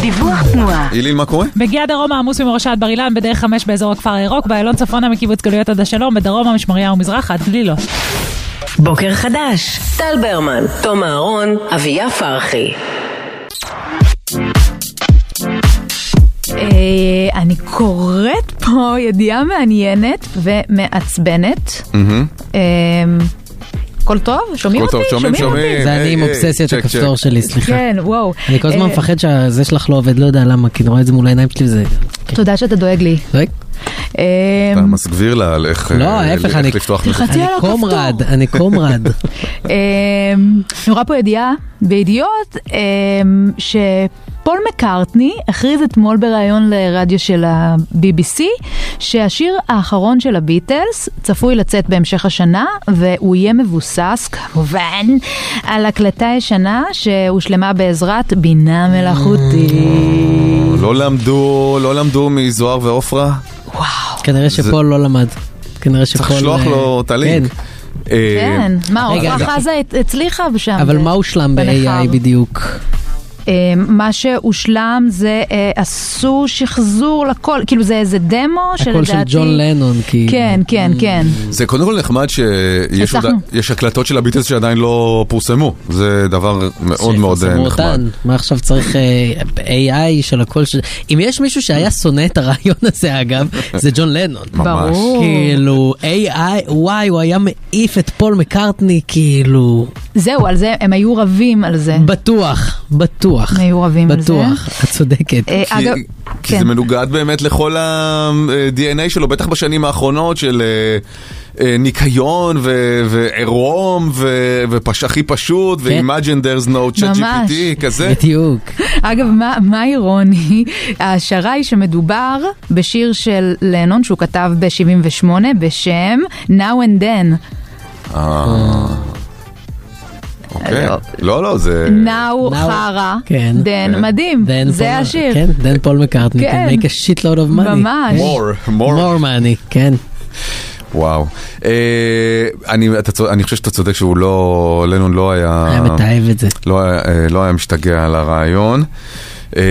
דיווח תנועה. אילין, מה קורה? מגיע דרומה עמוס ממראש עד בר אילן, בדרך חמש באזור הכפר הירוק, באיילון צפונה מקיבוץ גלויות עד השלום, בדרומה משמריה ומזרח עד לא. גלילות. בוקר חדש, טל ברמן, תום אהרון, אביה פרחי. אה, אני קוראת פה ידיעה מעניינת ומעצבנת. מהמם. אה, הכל טוב? שומעים הכל אותי? טוב, שומעים, אותי? שומעים. אה, זה היי, אני עם היי, אובססיית צ'ק, הכפתור צ'ק. שלי, סליחה. כן, וואו. אני כל הזמן אה, מפחד שהזה שלך לא עובד, לא יודע למה, כי אני רואה את זה מול העיניים שלי וזה... תודה שאתה דואג לי. דואג? אה, אתה מסגביר לה על איך... לא, אה, ההפך, איך אני... לפתוח תלחצי אני על הכפתור. קומרד, אני קומרד. אמ, אני רואה פה ידיעה בידיעות אמ, שפול מקארטני הכריז אתמול בריאיון לרדיו של ה-BBC שהשיר האחרון של הביטלס צפוי לצאת בהמשך השנה והוא יהיה מבוסס כמובן על הקלטה ישנה שהושלמה בעזרת בינה מלאכותית. לא למדו, לא למדו מזוהר ועופרה? כנראה שפול לא למד. כנראה שפול... צריך לשלוח אה, לו את הלינק. כן. אה, כן, מה, רגע, עופרה רגע. חזה הת- הצליחה שם. אבל ב- מה הושלם ב-AI בנכר. בדיוק? אה, מה שהושלם זה אה, עשו שחזור לכל, כאילו זה איזה דמו שלדעתי... הקול של ג'ון לנון, כאילו. כן, כן, כן. זה קודם כל נחמד שיש עוד- הצלחנו. יש הקלטות של הביטלס שעדיין לא פורסמו. זה דבר מאוד מאוד אה, שיפרסמו נחמד. אותן. מה עכשיו צריך אה, AI של הכל ש... אם יש מישהו שהיה שונא את הרעיון הזה אגב, זה ג'ון לנון. ממש. ברור. כאילו, AI, וואי, הוא היה מעיף את פול מקארטני, כאילו, זהו, על זה, הם היו רבים על זה. בטוח, בטוח. הם היו רבים על זה. בטוח, את צודקת. אה, כי- אגב, כי זה כן. מנוגד באמת לכל ה-DNA שלו, בטח בשנים האחרונות של אה, אה, ניקיון ו- ועירום ו- ופש- הכי פשוט, ו-Imagine there's no chat ממש. GPT כזה. בדיוק. אגב, מה, מה אירוני? ההשערה היא שמדובר בשיר של לנון שהוא כתב ב-78 בשם Now and Then. אה, אוקיי. לא, לא, זה... Now Now- חרא, כן. Then מדהים, דן פול- זה השיר. כן, דן פול מקארטני, כן. can make a shit load of money. ממש. more, more, more money, כן. וואו. אה, אני אתה צודק- אני חושב שאתה צודק שהוא לא, לנון לא היה... היה מתעב את זה. לא היה, אה, לא היה משתגע על הרעיון. אה,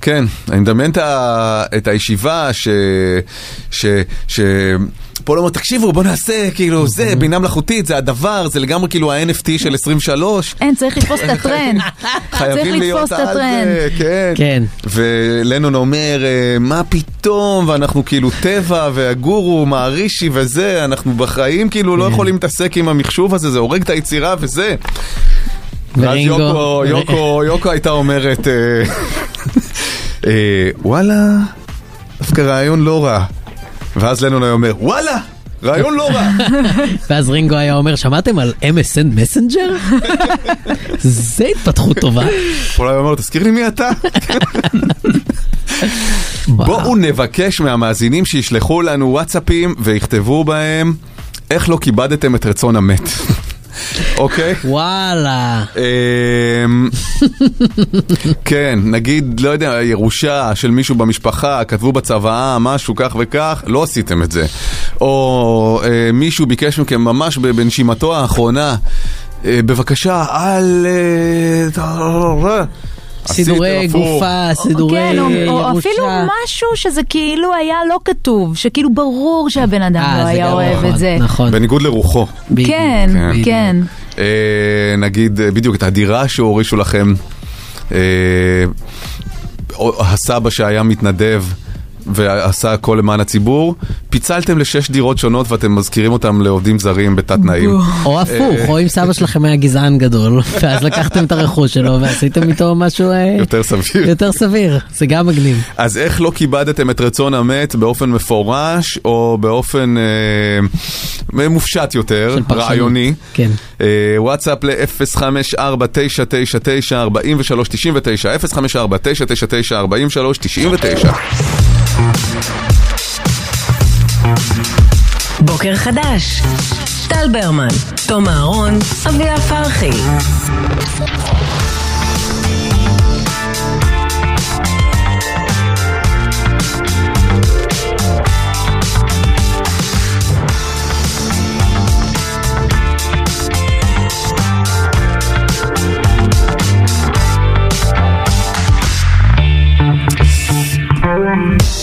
כן, אני מדמיין את ה- את הישיבה ש... ש... ש... פה לא אומר, תקשיבו, בוא נעשה, כאילו, אוקיי. זה, בינה מלאכותית, זה הדבר, זה לגמרי כאילו ה-NFT של 23. אין, צריך לתפוס את הטרנד. חייבים להיות לתפוס את על זה, הטרנד. כן. כן. ולנון אומר, אה, מה פתאום, ואנחנו כאילו טבע, והגורו, מערישי וזה, אנחנו בחיים כאילו לא יכולים להתעסק עם המחשוב הזה, זה הורג את היצירה וזה. ואז ורינגו- יוקו, יוקו, יוקו הייתה אומרת, אה, אה, וואלה, דווקא רעיון לא רע. ואז לנון היה אומר, וואלה, רעיון לא רע. ואז רינגו היה אומר, שמעתם על MSN מסנג'ר? זה התפתחות טובה. אולי הוא אומר, תזכיר לי מי אתה. בואו נבקש מהמאזינים שישלחו לנו וואטסאפים ויכתבו בהם איך לא כיבדתם את רצון המת. אוקיי? אמ, וואלה. כן, נגיד, לא יודע, ירושה של מישהו במשפחה, כתבו בצוואה משהו כך וכך, לא עשיתם את זה. או אה, מישהו ביקש מכם ממש ב- בנשימתו האחרונה, אה, בבקשה, אל... אה, סידורי עשיתם הפוך. גופה, סידורי כן, או- או ירושה. אה, אפילו משהו שזה כאילו היה לא כתוב, שכאילו ברור שהבן אדם לא זה היה גם אוהב נכון, את זה. אה, נכון. בניגוד לרוחו. כן, כן. אה, נגיד, אה, בדיוק, את הדירה שהורישו לכם, אה, או- הסבא שהיה מתנדב ועשה הכל למען הציבור, פיצלתם לשש דירות שונות ואתם מזכירים אותם לעובדים זרים בתת תנאים. או הפוך, או אם סבא שלכם היה גזען גדול, ואז לקחתם את הרכוש שלו ועשיתם איתו משהו אה, יותר סביר. יותר סביר, זה גם מגניב. אז איך לא כיבדתם את רצון המת באופן מפורש, או באופן אה, מופשט יותר, פרשנות, רעיוני? כן. אה, וואטסאפ ל-054-999-4399, 054-999-4399. בוקר חדש. טל ברמן, תום אהרון, אביה פרחי.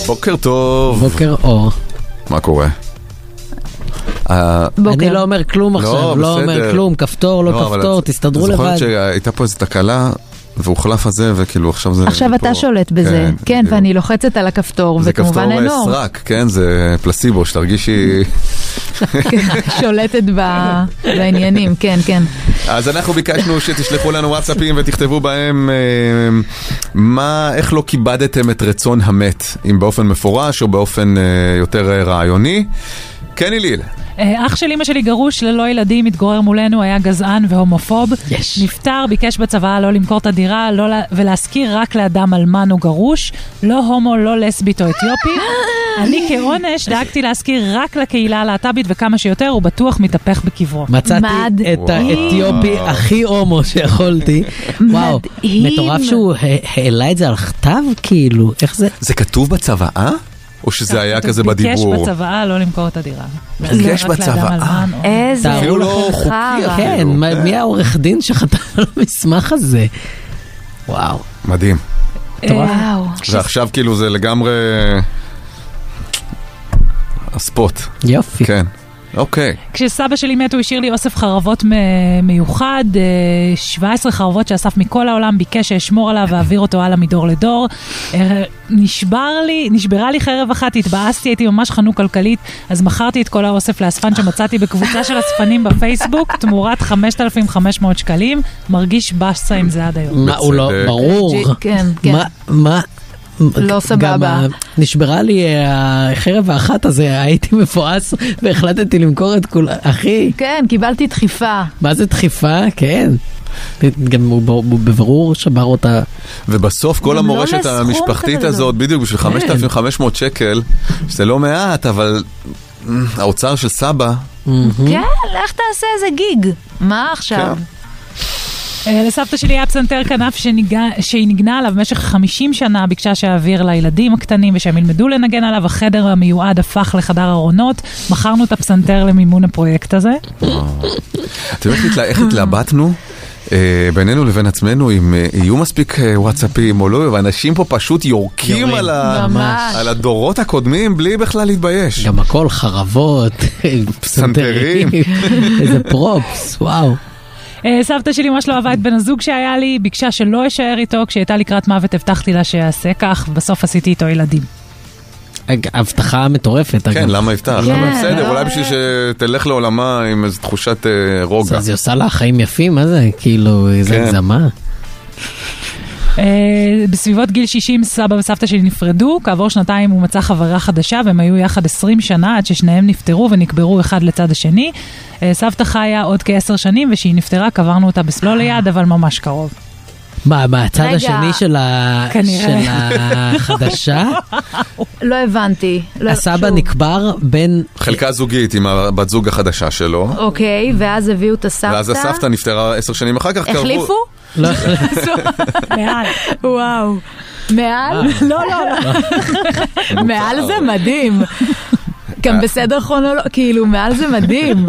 בוקר טוב. בוקר אור. מה קורה? אה, אני לא אומר כלום עכשיו, לא אומר בסדר. כלום, כפתור, לא, לא אבל כפתור, את- תסתדרו את לבד. זוכרת שהייתה פה איזו תקלה, והוחלף הזה, וכאילו עכשיו זה... עכשיו פה- אתה שולט בזה. כן, כן, ואני לוחצת על הכפתור, זה וכמובן כפתור אין אור. סרק, כן? זה פלסיבו, שתרגישי... כן, שולטת ב- בעניינים, כן, כן. אז אנחנו ביקשנו שתשלחו לנו וואטסאפים ותכתבו בהם אה, מה, איך לא כיבדתם את רצון המת, אם באופן מפורש או באופן אה, יותר אה, רעיוני. כן, איליל. אה, אח של אמא שלי גרוש ללא ילדים, התגורר מולנו, היה גזען והומופוב. יש. נפטר, ביקש בצבא לא למכור את הדירה לא, לה- ולהשכיר רק לאדם אלמן או גרוש, לא הומו, לא לסבית או אתיופי. אני כעונש דאגתי להשכיר רק לקהילה הלהט"בית וכמה שיותר, הוא בטוח מתהפך בקברו. מצאתי את אה. האתיופי הכי הומו שיכולתי. וואו, מדהים. מטורף שהוא ה- העלה את זה על כתב כאילו, איך זה? זה כתוב בצוואה? או שזה היה כזה ביקש בדיבור? בצוואה לא למכור את הדירה. ביקש רק לאדם בצוואה. אלמן או- איזה אפילו לא חרא. חרא. כן, מה- מי העורך דין שחתם על המסמך הזה? וואו. מדהים. אה, וואו. ועכשיו כאילו זה לגמרי... אה, הספוט. יופי. כן. אוקיי. כשסבא שלי מת הוא השאיר לי אוסף חרבות מ- מיוחד, אה, 17 חרבות שאסף מכל העולם, ביקש שאשמור עליו ואעביר אותו הלאה מדור לדור. אה, נשבר לי, נשברה לי חרב אחת, התבאסתי, הייתי ממש חנוק כלכלית, אז מכרתי את כל האוסף לאספן שמצאתי בקבוצה של אספנים בפייסבוק, תמורת 5,500 שקלים, מרגיש באסה עם זה עד היום. מה, הוא לא, ברור. כן, כן. מה, מה... לא סבבה. גם ה- נשברה לי אה, החרב האחת הזה, הייתי מפואס והחלטתי למכור את כולה. אחי, כן, קיבלתי דחיפה. מה זה דחיפה? כן. גם הוא ב- הוא בבירור שבר אותה. ובסוף כל גם לא המורשת לסכום המשפחתית כזה הזאת, גדול. בדיוק בשביל כן. 5,500 שקל, שזה לא מעט, אבל מ, האוצר של סבא... כן, לך תעשה איזה גיג. מה עכשיו? אה, לסבתא שלי היה פסנתר כנף שניגע- שהיא ניגנה עליו במשך 50 שנה, ביקשה שאעביר לילדים הקטנים ושהם ילמדו לנגן עליו, החדר המיועד הפך לחדר ארונות, מכרנו את הפסנתר למימון הפרויקט הזה. אתם יודעים איך התלה- איך התלבטנו? אה, בינינו לבין עצמנו, אם אה, יהיו מספיק אה, וואטסאפים או לא, ואנשים פה פשוט יורקים יורים. על ה- ממש. על הדורות הקודמים בלי בכלל להתבייש. גם הכל חרבות, פסנתרים, איזה פרופס, וואו. אה, סבתא שלי ממש לא אהבה את בן הזוג שהיה לי, ביקשה שלא אשאר איתו, כשהייתה לקראת מוות הבטחתי לה שאעשה כך, בסוף עשיתי איתו ילדים. הבטחה מטורפת. כן, אגב. למה יפתח? כן, אבל בסדר, לא. אולי בשביל שתלך לעולמה עם איזו תחושת אה, רוגע. אז היא עושה לה חיים יפים, מה זה? כאילו, איזה כן. הגזמה. אה, בסביבות גיל 60 סבא וסבתא שלי נפרדו, כעבור שנתיים הוא מצא חברה חדשה והם היו יחד 20 שנה עד ששניהם נפטרו ונקברו אחד לצד השני. אה, סבתא חיה עוד כעשר שנים וכשהיא נפטרה קברנו אותה בס- לא ליד אבל ממש קרוב. מה, מה, הצד רגע. השני של ה- כנראה. של החדשה? לא הבנתי. לא- הסבא נקבר בין... חלקה זוגית עם הבת זוג החדשה שלו. אוקיי, ואז הביאו את הסבתא. ואז הסבתא נפטרה עשר שנים אחר כך. קרבו- החליפו? לא, מעל. וואו. אה. מעל? לא, לא, לא. מעל זה מדהים. אה. גם בסדר כרונולוגי, כאילו, מעל זה מדהים.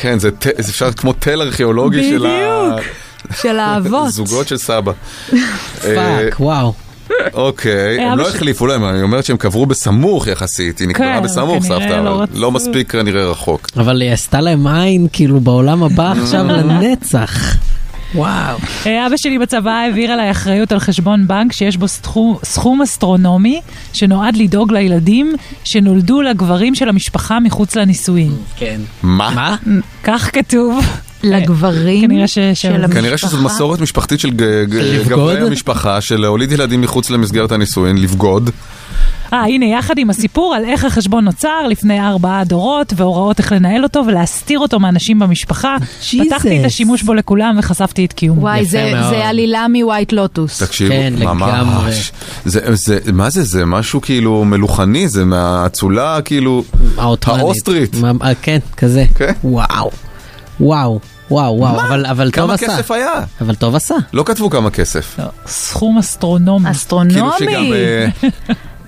כן, זה ת- זה אפשר כמו תל ארכיאולוגי של ה- של האבות. זוגות של סבא. אה, פאק, וואו. אוקיי, היה הם לא בש- החליפו להם, היא אומרת שהם קברו בסמוך יחסית, היא נקברה כן, בסמוך כנראה סבתא, לא אבל רצו. לא מספיק כנראה רחוק. אבל היא עשתה להם עין, כאילו, בעולם הבא עכשיו לנצח. וואו. אה, אבא שלי בצבא העביר עליי אחריות על חשבון בנק שיש בו סכום, סכום אסטרונומי שנועד לדאוג לילדים שנולדו לגברים של המשפחה מחוץ לנישואין. כן. מה? מה? כך כתוב. לגברים כנראה ש... של כנראה שזאת מסורת משפחתית של ג- ג- לבגוד? גברי המשפחה, של להוליד ילדים מחוץ למסגרת הנישואין, לבגוד. אה, הנה, יחד עם הסיפור על איך החשבון נוצר לפני ארבעה דורות, והוראות איך לנהל אותו ולהסתיר אותו מאנשים במשפחה. פתחתי את השימוש בו לכולם וחשפתי את קיומו. וואי, זה זה עלילה מווייט לוטוס. תקשיבו, כן, לגמרי. ממש. זה, זה, מה זה, זה משהו כאילו מלוכני, זה מהאצולה כאילו, העות'מאנית. האוסטרית. ממ- אה, כן, כזה. כן. וואו. וואו. וואו, וואו. אבל- אבל טוב כמה עשה. כסף היה? אבל טוב עשה. לא כתבו כמה כסף. סכום אסטרונומי. כאילו שגם אסטרונומי. אה,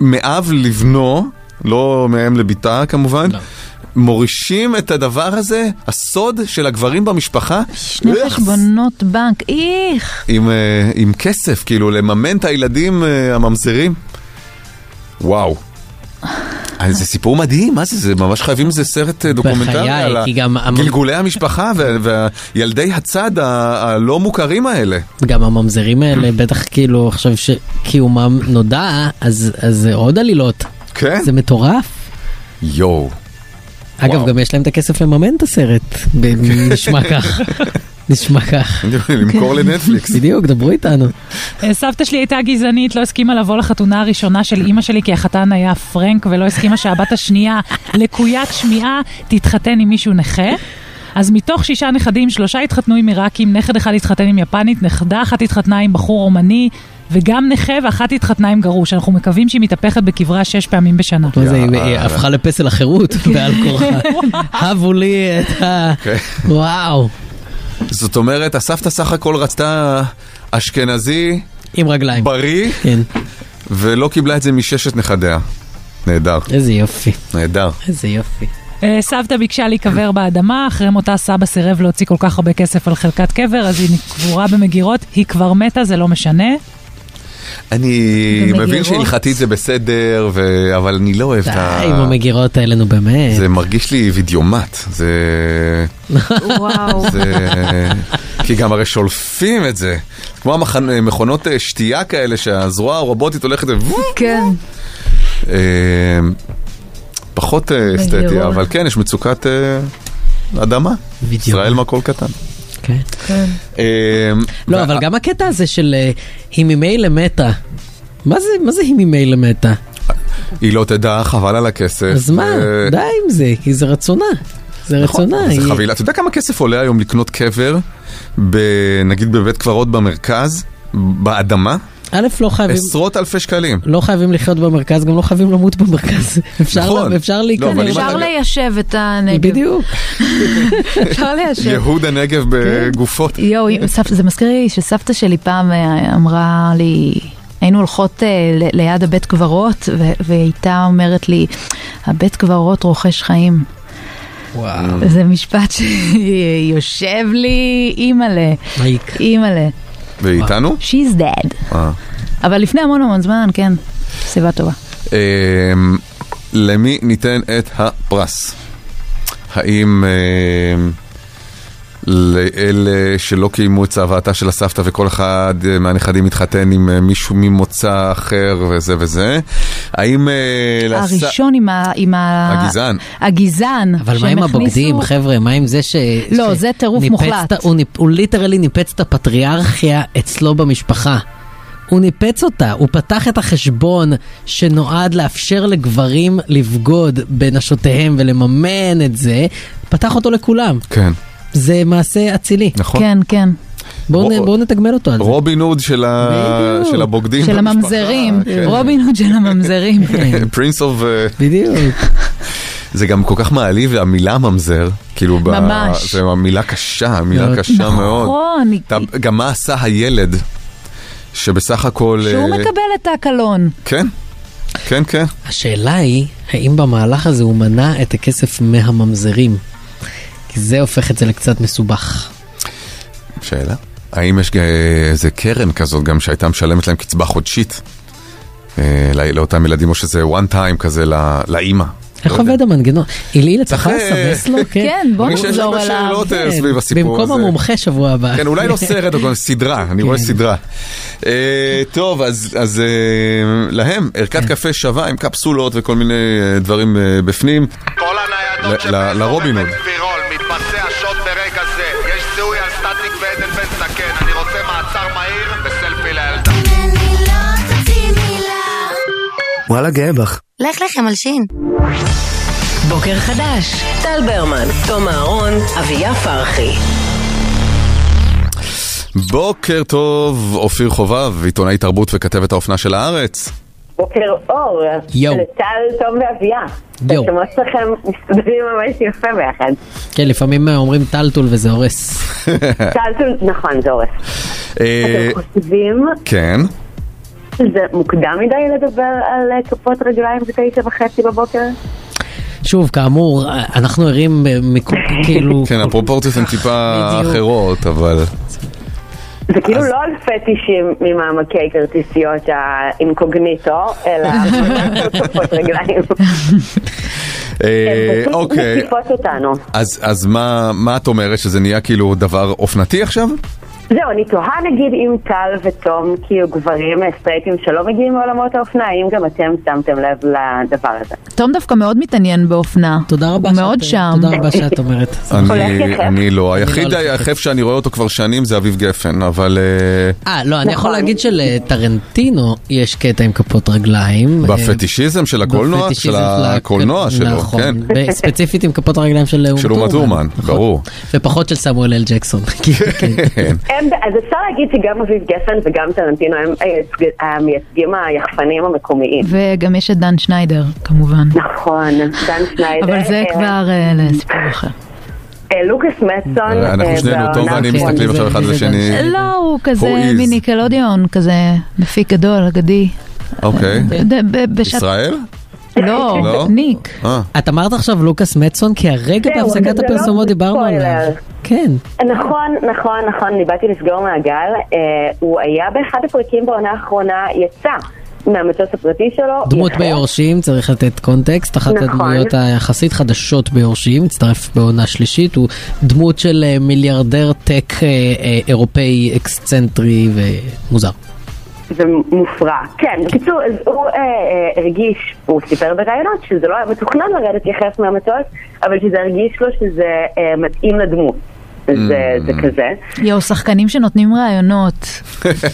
מאב לבנו, לא מאם לביתה כמובן, לא. מורישים את הדבר הזה, הסוד של הגברים במשפחה, אה, שני חשבונות בנק, איך. עם, אה, עם כסף, כאילו לממן את הילדים אה, הממזרים. וואו. אה, זה סיפור מדהים, מה זה, זה ממש חייבים איזה סרט אה, דוקומנטרי בחיי, על כי גם המ- גלגולי המשפחה וה- והילדי הצד ה- הלא מוכרים האלה. גם הממזרים האלה, בטח כאילו עכשיו שקיומם נודע, אז אז זה עוד עלילות. כן. זה מטורף. יואו. אגב, גם יש להם את הכסף לממן את הסרט. ב- נשמע כך. נשמע כך. למכור לנטפליקס. כן. בדיוק, דברו איתנו. אה, סבתא שלי הייתה גזענית, לא הסכימה לבוא לחתונה הראשונה של אימא שלי כי החתן היה פרנק, ולא הסכימה שהבת השנייה, לקוית שמיעה, תתחתן עם מישהו נכה. אז מתוך שישה נכדים, שלושה התחתנו עם עיראקים, נכד אחד התחתן עם יפנית, נכדה אחת התחתנה עם בחור רומני, וגם נכה, ואחת התחתנה עם גרוש. אנחנו מקווים שהיא מתהפכת בקברה שש פעמים בשנה. מה זה, היא- היא הפכה לפסל החירות בעל כורחה. הבו לי את ה... וואו. כן. זאת אומרת, הסבתא סך הכל רצתה אשכנזי, עם רגליים. בריא, כן. ולא קיבלה את זה מששת נכדיה. נהדר. איזה יופי. נהדר. איזה יופי. אה, סבתא ביקשה להיקבר באדמה, אחרי מותה סבא סירב להוציא כל כך הרבה כסף על חלקת קבר, אז היא קבורה במגירות, היא כבר מתה, זה לא משנה. אני ומגירות. מבין שהלכתית זה בסדר, ו... אבל אני לא אוהב את ה... די עם המגירות האלה, נו באמת. זה מרגיש לי וידאומט. זה... וואו. זה... כי גם הרי שולפים את זה. כמו המכונות מכונות אה, שתייה כאלה שהזרוע הרובוטית הולכת... ו- כן. אה, פחות אה, אסתטי, מגירות. אבל כן, יש מצוקת אה, אדמה. ישראל מקול קטן. כן. אה, לא, אבל גם הקטע הזה של אה, היא ממילא מתה. מה זה- מה זה היא ממילא מתה? היא לא תדע, חבל על הכסף. אז מה, אה, די עם זה, כי זה רצונה. זה רצונה. נכון, זה היא- חבילה. אתה יודע כמה כסף עולה היום לקנות קבר, ב- נגיד בבית קברות במרכז, באדמה? א', לא חייבים... עשרות אלפי שקלים. לא חייבים לחיות במרכז, גם לא חייבים למות במרכז. אפשר נכון. לה- לא, אפשר אבל אם להיכנס. כן, אפשר אתה- ליישב את הנגב. בדיוק. אפשר ליישב. יהוד הנגב בגופות. יואו, אם סבתא- זה מזכיר לי שסבתא שלי פעם אה, אמרה לי, היינו הולכות אה, ל- ליד הבית קברות, ו- והיא הייתה אומרת לי, הבית קברות רוכש חיים. וואו. אה. זה משפט שיושב לי, אימא'לה, מעיק. אימא'לה, ואיתנו? she's dead. אה. אבל לפני המון המון זמן, כן, סיבה טובה. אמ, למי ניתן את הפרס? האם אמ, לאלה שלא קיימו את צוואתה של הסבתא וכל אחד אה, מהנכדים מתחתן עם אה, מישהו ממוצא אחר וזה וזה? האם... אה, לס- הראשון עם ה... עם ה- הגזען. הגזען. אבל מה עם שהם הכניסו- הבוגדים, חבר'ה? מה עם זה ש... לא, ש- זה טירוף ניפץ מוחלט. את ה- הוא ניפ- הוא ליטרלי ניפץ את הפטריארכיה אצלו במשפחה. הוא ניפץ אותה, הוא פתח את החשבון שנועד לאפשר לגברים לבגוד בנשותיהם ולממן את זה, פתח אותו לכולם. כן, זה מעשה אצילי. נכון. כן, כן. בואו נ- בואו נתגמל אותו על זה. רובין הוד של ה- בדיוק. אה, של הבוגדים. של במשפחה, הממזרים, כן. רובין הוד של הממזרים. פרינס אוף... בדיוק. אה, זה גם כל כך מעליב, המילה ממזר, כאילו... ב- ממש. זו מילה קשה, מילה מאוד. קשה מאוד. כן. נכון. אתה- גם מה עשה הילד, שבסך הכל... שהוא אה, מקבל את הקלון. כן, כן, כן. השאלה היא, האם במהלך הזה הוא מנע את הכסף מהממזרים? כי זה הופך את זה לקצת מסובך. שאלה. האם יש אה, איזה קרן כזאת גם שהייתה משלמת להם קצבה חודשית אה, לא- לאותם ילדים, או שזה one time כזה ל- לאימא? איך עובד המנגנון? איליל, אתה יכול לא צריך, אה, לסמס לו? כן, בוא אני חושב שיש נחזור הרבה אליו. שאלות, אה, כן, סביב הסיפור במקום הזה. המומחה שבוע הבא. כן, אולי לא סרט, אבל סדרה, אני רואה סדרה. אה, טוב, אז אז, אה, להם, ערכת קפה שווה עם קפסולות וכל מיני אה, דברים אה, בפנים. ל- ל- לרובין הוד. וירול, מתבצע שוט ברגע זה. יש זיהוי על סטטיק ועדן בן זקן. אני רוצה מעצר מהיר וסלפי לילדה. וואלה גאה בך. לך לכם על שין. בוקר חדש, טל ברמן, תום אהרון, אביה פרחי. בוקר טוב, אופיר חובב, עיתונאי תרבות וכתבת האופנה של הארץ. בוקר אור, יואו. לטל, תום ואביה. יואו. השמות שלכם מסתדרים ממש יפה ביחד. כן, לפעמים אה, אומרים טלטול וזה הורס. טל, תום- נכון, זה עורף. אה, חושבים כן. שזה מוקדם מדי לדבר על אה, כפות רגליים בתשע וחצי בבוקר? שוב, כאמור, אה, אנחנו ערים אה, מכ- כאילו... כן, הפרופורציות הן טיפה בדיוק. אחרות, אבל... זה כאילו לא על פטישים ממעמקי כרטיסיות האינקוגניטו, אלא ממש על כפות רגליים. אה, פשוט אוקיי, מציפות אותנו. אז אז מה מה את אומרת, שזה נהיה כאילו דבר אופנתי עכשיו? זהו, אני תוהה נגיד אם טל ותום, כאילו גברים סטרייטים שלא מגיעים מעולמות האופנה, האם גם אתם שמתם לב לדבר הזה? תום דווקא מאוד מתעניין באופנה. תודה רבה. הוא מאוד שם. אה, תודה רבה שאת אומרת. אני, אני לא, היחיד לא היחף שאני רואה אותו כבר שנים זה אביב גפן, אבל... אה, אה, לא, אני נכון. יכול להגיד שלטרנטינו יש קטע עם כפות רגליים. אה, אה, בפטישיזם של הקולנוע, בפטישיזם של הקולנוע שלו, נכון. כן. וספציפיטית עם כפות הרגליים של אום של אומת אורמן, ברור. ופחות של סמואל אל ג'קסון. כן. הם, אז אפשר להגיד שגם אביב גפן וגם טרנטינו הם היצג- המייצגים היחפנים המקומיים. וגם יש את דן שניידר, כמובן. נכון, דן שניידר. אבל זה אה, כבר אה, לסיפור אחר. אה, לוקאס מצון. אנחנו אה, שנינו, תום בעונה ואני האחרונה. מסתכלים עכשיו אחד לשני. לא, הוא אה, Who כזה is? מניקלודיון, כזה מפיק גדול, אגדי. אוקיי. אתה יודע, ב- בשעת- ישראל? לא, לא? ניק. אה. את אמרת עכשיו לוקאס מצון, כי הרגע זהו, בהפסקת זה לא הפרסומות דיברנו ספוילר. עליו. כן. נכון, נכון, נכון, אני באתי לסגור מעגל. אה, הוא היה באחד הפרקים בעונה האחרונה, יצא מהמטוס הפרטי שלו. דמות יחף. ביורשים, צריך לתת קונטקסט, אחת אוקיי. נכון. הדמויות היחסית חדשות ביורשים, הצטרף בעונה שלישית, הוא דמות של אה, מיליארדר טק אה, אה, אירופאי אקסצנטרי ומוזר. ומופרע. כן, בקיצור, אז הוא אה, אה, הרגיש, הוא סיפר בראיונות שזה לא היה מתוכנן לרדת יחף מהמטוס, אבל שזה הרגיש לו שזה אה, מתאים לדמות. זה, זה כזה. יואו, שחקנים שנותנים רעיונות.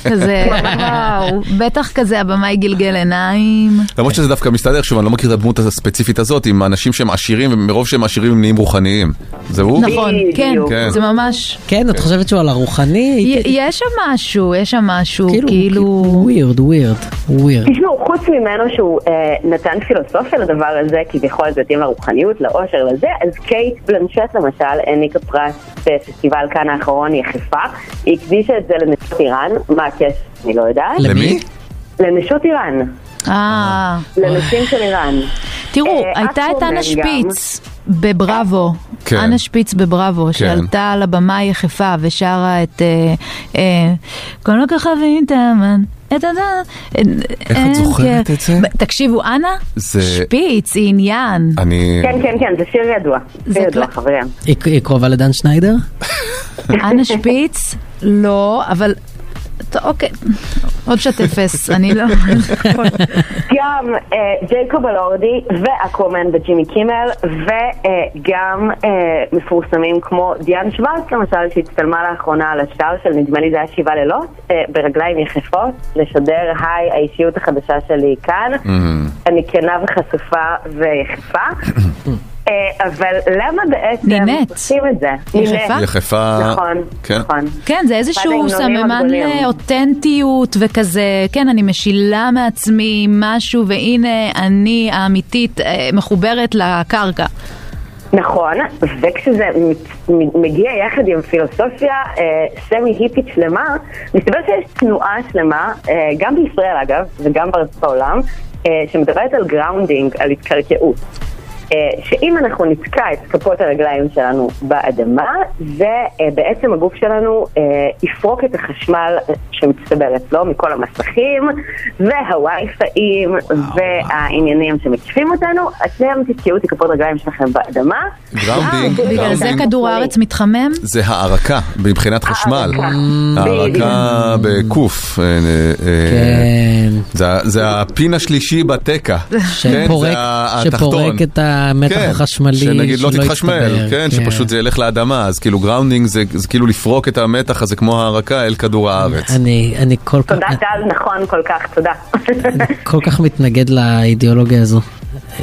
כזה, וואו, בטח כזה הבמאי גלגל עיניים. למרות שזה דווקא מסתדר, שוב, אני לא מכיר את הדמות הספציפית הזאת, עם אנשים שהם עשירים, ומרוב שהם עשירים הם נהיים רוחניים. זה הוא? נכון, כן, זה ממש... כן, את חושבת שהוא על הרוחני? י- יש שם משהו, יש שם משהו, כאילו... ווירד, ווירד, ווירד. תשמעו, חוץ ממנו שהוא אה, נתן פילוסופיה לדבר הזה, כביכול זה התאים לרוחניות, לאושר, לזה, אז קייט בלנשט למשל העניקה פרס בפסטיבל כאן האחרון, היא יחפה, היא הקדישה את זה לנשות איראן, מה הקשר? אני לא יודעת. למי? לנשות איראן. אה. לנשים של איראן. תראו, אה, הייתה את אקוומן אנה גם. שפיץ בבראבו, כן. אנה שפיץ בבראבו, כן. שעלתה על הבמה יחפה ושרה את אה, אה, כל הכוכבים תאמן. את הד- איך אין את זוכרת כן. את זה? ב- תקשיבו, אנה זה- שפיץ היא עניין. אני... כן, כן, כן, זה שיר ידוע. שיר ידוע, חברים. היא- היא קרובה לדן שניידר? אנה שפיץ, לא, אבל... טוב, אוקיי, עוד שת אפס, אני לא... גם אה, ג'ייקוב אלורדי ואקוומן וג'ימי קימל וגם אה, מפורסמים כמו דיאן שוורץ למשל שהצטלמה לאחרונה על השטר של נדמה לי זה היה שבעה לילות אה, ברגליים יחפות לשדר היי האישיות החדשה שלי היא כאן אני כנה וחשופה ויחפה אה, אבל למה בעצם נינט. עושים את זה? יחפה? נינט. יחפה. נכון, כן. נכון. כן, זה איזשהו אחד ההמנונים סממן הגדולים. לאותנטיות וכזה, כן, אני משילה מעצמי משהו, והנה אני האמיתית אה, מחוברת לקרקע. נכון, וכשזה מת- מ- מגיע יחד עם פילוסופיה אה, סמי היפית שלמה, מסתבר שיש תנועה שלמה, אה, גם בישראל אגב, וגם בארצות העולם, אה, שמדברת על גראונדינג, על התקרקעות. אה, שאם אנחנו נתקע את כפות הרגליים שלנו באדמה, זה אה, בעצם הגוף שלנו אה, יפרוק את החשמל שמצטבר אצלו מכל המסכים, והווי-פאים, והעניינים שמקיפים אותנו, אתם תתקעו את כפות הרגליים שלכם באדמה. אה, גראונדינג, בגלל זה גראונדינג כדור אוקיי. הארץ מתחמם? זה הערקה מבחינת חשמל. Mm. הערקה בקוף. אה, אה, אה, כן. זה- זה הפין השלישי בתקע. כן, שפורק- שפורק את המתח החשמלי, שנגיד לא שלא תתחשמל, יצטבר, כן, כן. שפשוט זה ילך לאדמה, אז כאילו גראונדינג זה זה כאילו לפרוק את המתח הזה כמו הערקה אל כדור הארץ. אני, אני כל, כך, תודה טל, נכון כל כך, תודה. כל כך מתנגד לאידיאולוגיה הזו.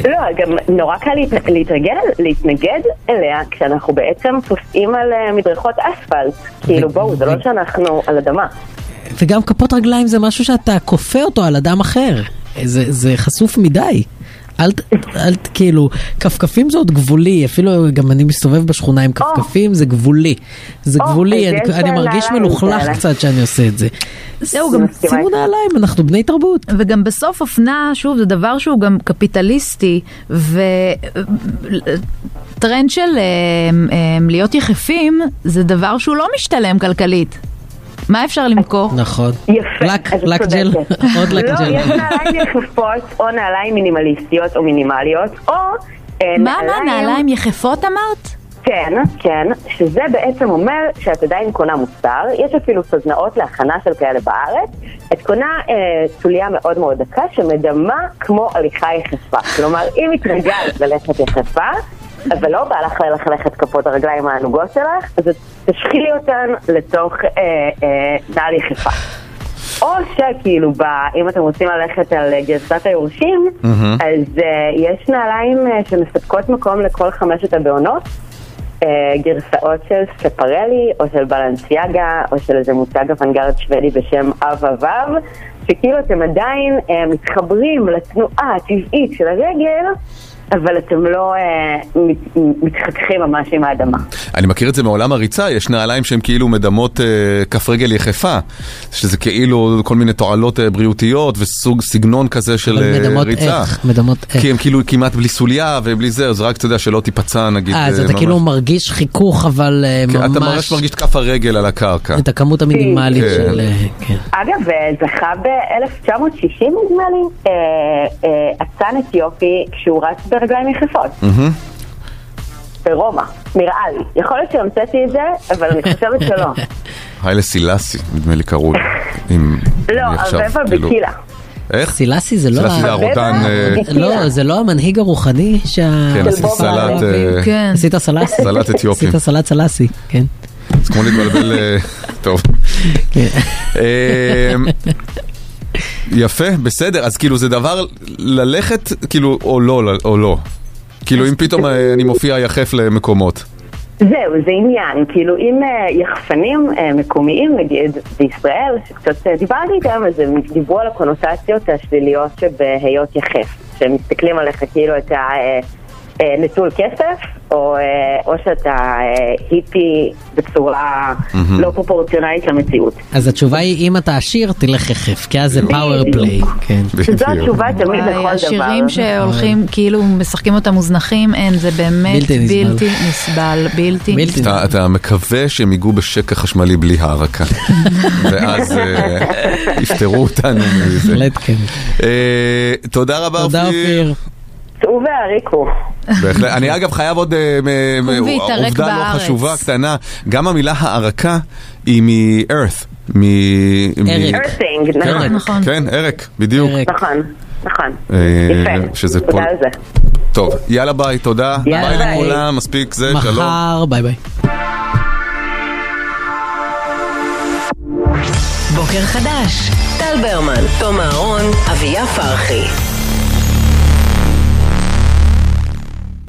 לא, גם נורא קל להת- להתרגל, להתנגד אליה כשאנחנו בעצם טוסעים על אה, מדרכות אספלט. כאילו בואו, זה לא שאנחנו על אדמה. וגם כפות רגליים זה משהו שאתה כופה אותו על אדם אחר. זה, זה חשוף מדי. אל, ת- אל ת- כאילו, כפכפים זה עוד גבולי, אפילו גם אני מסתובב בשכונה עם כפכפים, זה גבולי. זה או, גבולי, אוקיי, אז אני, יש אני מרגיש נעליים מלוכלך כאלה. קצת שאני עושה את זה. זהו, גם מסכימה שימו איתך. נעליים, אנחנו בני תרבות. וגם בסוף אופנה, שוב, זה דבר שהוא גם קפיטליסטי, וטרנד של אמ, אמ, להיות יחפים, זה דבר שהוא לא משתלם כלכלית. מה אפשר למכור? נכון. יפה, לק- אז את לק ג'ל. צודקת. עוד לק לא, ג'ל. יש נעליים יחפות או נעליים מינימליסטיות או מינימליות, או אה, מה, מה, נעליים יחפות אמרת? כן, כן, שזה בעצם אומר שאת עדיין קונה מוצר, יש אפילו סדנאות להכנה של כאלה בארץ, את קונה אה, סוליה מאוד מאוד דקה שמדמה כמו הליכה יחפה. כלומר, אם התרגלת ללכת יחפה, אבל לא בא לך ללכלך את כפות הרגליים הענוגות שלך, אז את תשחילי אותן לתוך אה, אה, נעל יחפה. או שכאילו, ב, אם אתם רוצים ללכת על אה, גרסת היורשים, מהמם. אז אה, יש נעליים אה, שמספקות מקום לכל חמשת הבעונות. אה, גרסאות של ספרלי, או של בלנסיאגה, או של איזה מותג אוונגרד שוודי בשם אב אב, שכאילו אתם עדיין אה, מתחברים לתנועה הטבעית של הרגל, אבל אתם לא אה, מת, מתחככים ממש עם האדמה. אני מכיר את זה מעולם הריצה, יש נעליים שהן כאילו מדמות אה, כף רגל יחפה, שזה כאילו כל מיני תועלות אה, בריאותיות וסוג סגנון כזה של אבל אה, מדמות ריצה. איך, מדמות איך. כי הם כאילו כמעט בלי סוליה ובלי זה, אז רק אתה יודע שלא תיפצע נגיד. אה, אז אה, אתה ממש. כאילו מגיש חיכוך, אבל אה, כן, אתה ממש... ממש מרגיש את כף הרגל על הקרקע. את הכמות המינימלית כן. של... אה, כן. אגב, אה, זכה ב-1960 נדמה לי, אה, אה, אצן אתיופי כשהוא רץ ברגליים יחפות, ברומא, נראה לי. יכול להיות שהמצאתי את זה, אבל אני חושבת שלא. היילה סילאסי, נדמה לי קראו. אם לא, אני עכשיו, ארבבה כאילו- בקילה. איך? סילאסי זה לא... סילאסי זה הרודן. אה, לא, זה לא המנהיג הרוחני שה... כן, עשיתי סלט, אה, כן. עשית סלאסי. סלט אתיופי. עשית סלט סלאסי, כן. זה כמו להתבלבל... אה, טוב. אמ, יפה, בסדר, אז כאילו זה דבר ללכת, כאילו, או לא, ל- או לא. כאילו אם פתאום אה, אני מופיע יחף למקומות. זהו, זה עניין. כאילו, אם אה, יחפנים אה, מקומיים, נגיד בישראל, שקצת אה, דיברתי איתם, אז הם דיברו על הקונוטציות השליליות שבהיות יחף. שהם מסתכלים עליך כאילו אתה אה, אה, נטול כסף, או, אה, או שאתה אה, היפי בצורה מהמם. לא פרופורציונלית למציאות. אז התשובה היא, אם אתה עשיר, תלך יחף, כי אז זה פאוור פליי. כן. שזו התשובה תמיד לכל דבר. השירים שהולכים, כאילו, משחקים אותם מוזנחים, אין, זה באמת בלתי נסבל. בלתי נסבל, בלתי נסבל. אתה- אתה מקווה שהם ייגעו בשקע חשמלי בלי הערקה. ואז אה, יפטרו אותנו מזה. אה, בהחלט כן. תודה רבה אופיר. תודה אופיר. צאו והעריקו. בהחלט. אני אגב חייב עוד אה, מ- מ- והתערק עובדה לא בארץ. חשובה, קטנה. גם המילה הערקה היא מ-earth. מ- ארק. מ- Earthing, נכון. ארק, נכון. כן, ארק, בדיוק. נכון, נכון. אה, יפה. שזה תודה פול- על זה. טוב, יאללה ביי, תודה. יאללה, ביי ביי. לכולם, מספיק זה, שלום. מחר, ביי ביי. בוקר חדש, טל ברמן, תום אהרון, אביה פרחי.